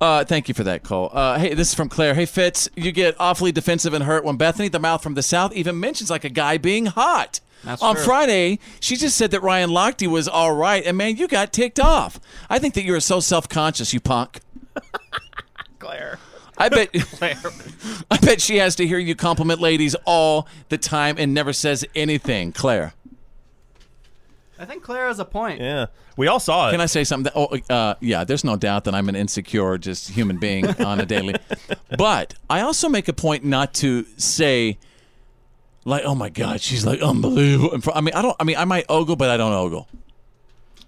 A: Uh, thank you for that, Cole. Uh, hey, this is from Claire. Hey, Fitz, you get awfully defensive and hurt when Bethany, the mouth from the South, even mentions like a guy being hot.
B: That's
A: On
B: true.
A: Friday, she just said that Ryan Lochte was all right, and man, you got ticked off. I think that you are so self conscious, you punk.
B: Claire.
A: I bet. I bet she has to hear you compliment ladies all the time and never says anything, Claire.
B: I think Claire has a point.
C: Yeah, we all saw it.
A: Can I say something? That, oh, uh, yeah. There's no doubt that I'm an insecure, just human being on a daily. But I also make a point not to say, like, "Oh my God, she's like unbelievable." In front- I mean, I don't. I mean, I might ogle, but I don't ogle.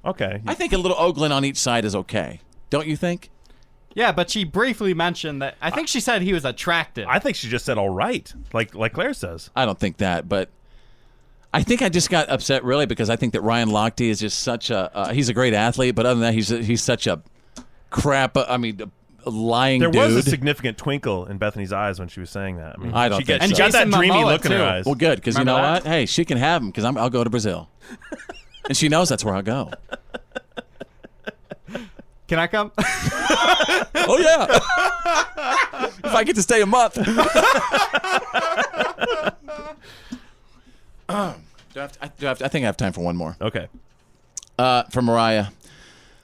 C: Okay.
A: I think a little ogling on each side is okay. Don't you think?
B: Yeah, but she briefly mentioned that. I think she said he was attractive.
C: I think she just said all right, like like Claire says.
A: I don't think that, but I think I just got upset really because I think that Ryan Lochte is just such a uh, he's a great athlete, but other than that, he's he's such a crap. uh, I mean, a lying
C: There
A: dude.
C: was a significant twinkle in Bethany's eyes when she was saying that. I mean,
A: I don't
C: she
A: think
C: got, she
A: so.
C: got that dreamy look in her eyes.
A: Well, good because you know
C: Remember that?
A: what? Hey, she can have him because I'll go to Brazil, and she knows that's where I'll go.
B: Can I come?
A: oh yeah. if I get to stay a month. Um, do I, have to- I- do I have to- I think I have time for one more.
C: Okay.
A: Uh, from Mariah.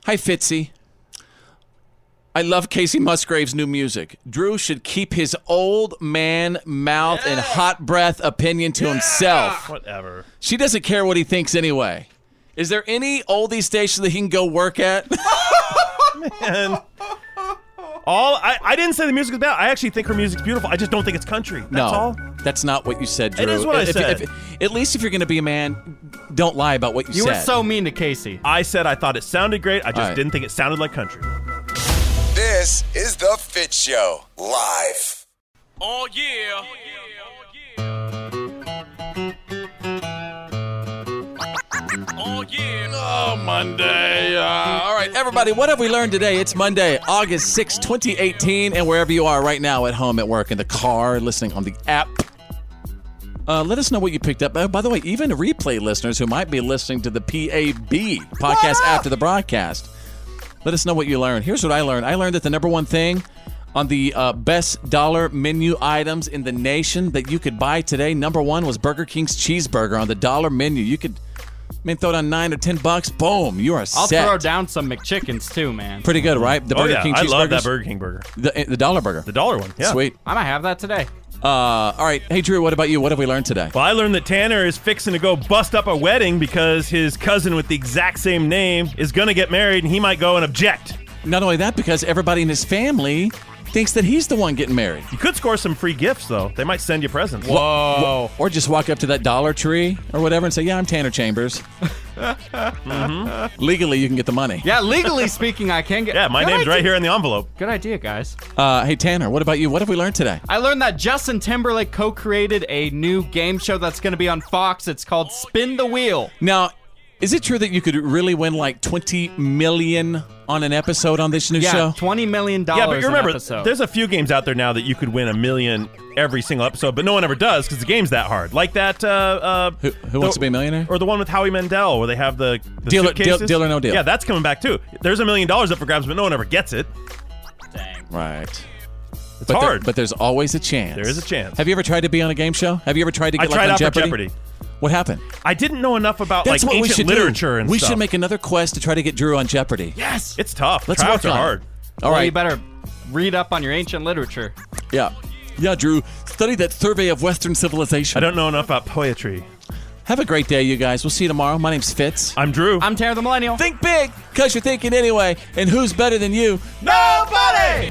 A: Hi, Fitzy. I love Casey Musgrave's new music. Drew should keep his old man mouth and hot breath opinion to himself.
C: Whatever.
A: She doesn't care what he thinks anyway. Is there any oldie station that he can go work at?
C: Man. All I, I didn't say the music is bad. I actually think her music's beautiful. I just don't think it's country. That's
A: no,
C: all.
A: that's not what you said, Drew.
C: It is what I
A: If- if-
C: said.
A: if- at least if you're going to be a man, don't lie about what you, said.
B: mean to Casey.
C: I said I thought it sounded great. I just
A: All right.
C: didn't think it sounded like country.
F: This is The Fit Show, live.
E: Oh yeah.
A: Oh yeah. Oh Monday. Uh, all right, everybody. What have we learned today? It's Monday, August 6, 2018, and wherever you are right now, at home, at work, in the car, listening on the app. Uh, let us know what you picked up. Uh, by the way, even replay listeners who might be listening to the PAB podcast after the broadcast, let us know what you learned. Here's what I learned. I learned that the number one thing on the uh, best dollar menu items in the nation that you could buy today, number one was Burger King's cheeseburger on the dollar menu. You could, I mean, throw down nine or ten bucks. Boom, you are
B: I'll
A: set.
B: throw down some McChickens too, man.
A: Pretty good, right?
C: oh, yeah. I love that
A: cheeseburgers?
C: Burger King burger.
A: The, the dollar burger.
C: The dollar one. Yeah.
A: Sweet.
B: I might have that today.
A: Uh, all right. Hey, Drew, what about you? What have we learned today?
C: Well, I learned that Tanner is fixing to go bust up a wedding because his cousin with the exact same name is going to get married and he might go and object.
A: Not only that, because everybody in his family thinks that he's the one getting married.
C: You could score some free gifts, though. They might send you presents.
A: Whoa. Or just walk up to that Dollar Tree or whatever and say, Yeah, I'm Tanner Chambers. Legally, you can get the money.
B: Yeah, legally speaking, I can get.
C: Yeah, my
B: Good
C: name's right
B: idea-
C: here in the envelope.
B: Good idea, guys.
A: Uh, hey, Tanner, what about you? What have we learned today?
B: I learned that Justin Timberlake co-created a new game show that's going to be on Fox. It's called Spin the Wheel.
A: Now, is it true that you could really win like 20 million on an episode on this new
B: yeah,
A: show?
B: twenty million dollars.
C: Yeah, but you remember,
B: an episode.
C: there's a few games out there now that you could win a million every single episode, but no one ever does because the game's that hard. Like that. Uh, uh, who
A: Who Wants to Be a Millionaire?
C: Or the one with Howie Mandel where they have the, the
A: Deal or-
C: suitcases.
A: Deal- Deal or No Deal.
C: Yeah, that's coming back too. There's a million dollars up for grabs, but no one ever gets it.
A: Right. It's
C: hard.
A: but there's always a chance.
C: There is a chance.
A: Have you ever tried to be on a game show? Have you ever tried to
C: I
A: get like
C: tried
A: on
C: out for
A: Jeopardy?
C: Jeopardy.
A: What happened?
C: I didn't know enough about
A: That's
C: like
A: what we
C: ancient
A: should
C: literature
A: do.
C: and
A: we
C: stuff.
A: should make another quest to try to get Drew on Jeopardy.
B: yes.
C: It's tough.
A: Let's
C: Tryouts
A: work
C: are
A: on it.
C: hard.
A: All
B: Well,
A: right.
B: you better read up on your ancient literature.
A: Yeah. Yeah, Drew. Study that survey of Western civilization.
C: I don't know enough about poetry.
A: Have a great day, you guys. We'll see you tomorrow. My name's Fitz.
C: I'm Drew.
B: I'm Tanner the Millennial.
A: Think big, because you're thinking anyway. And who's better than you?
C: Nobody!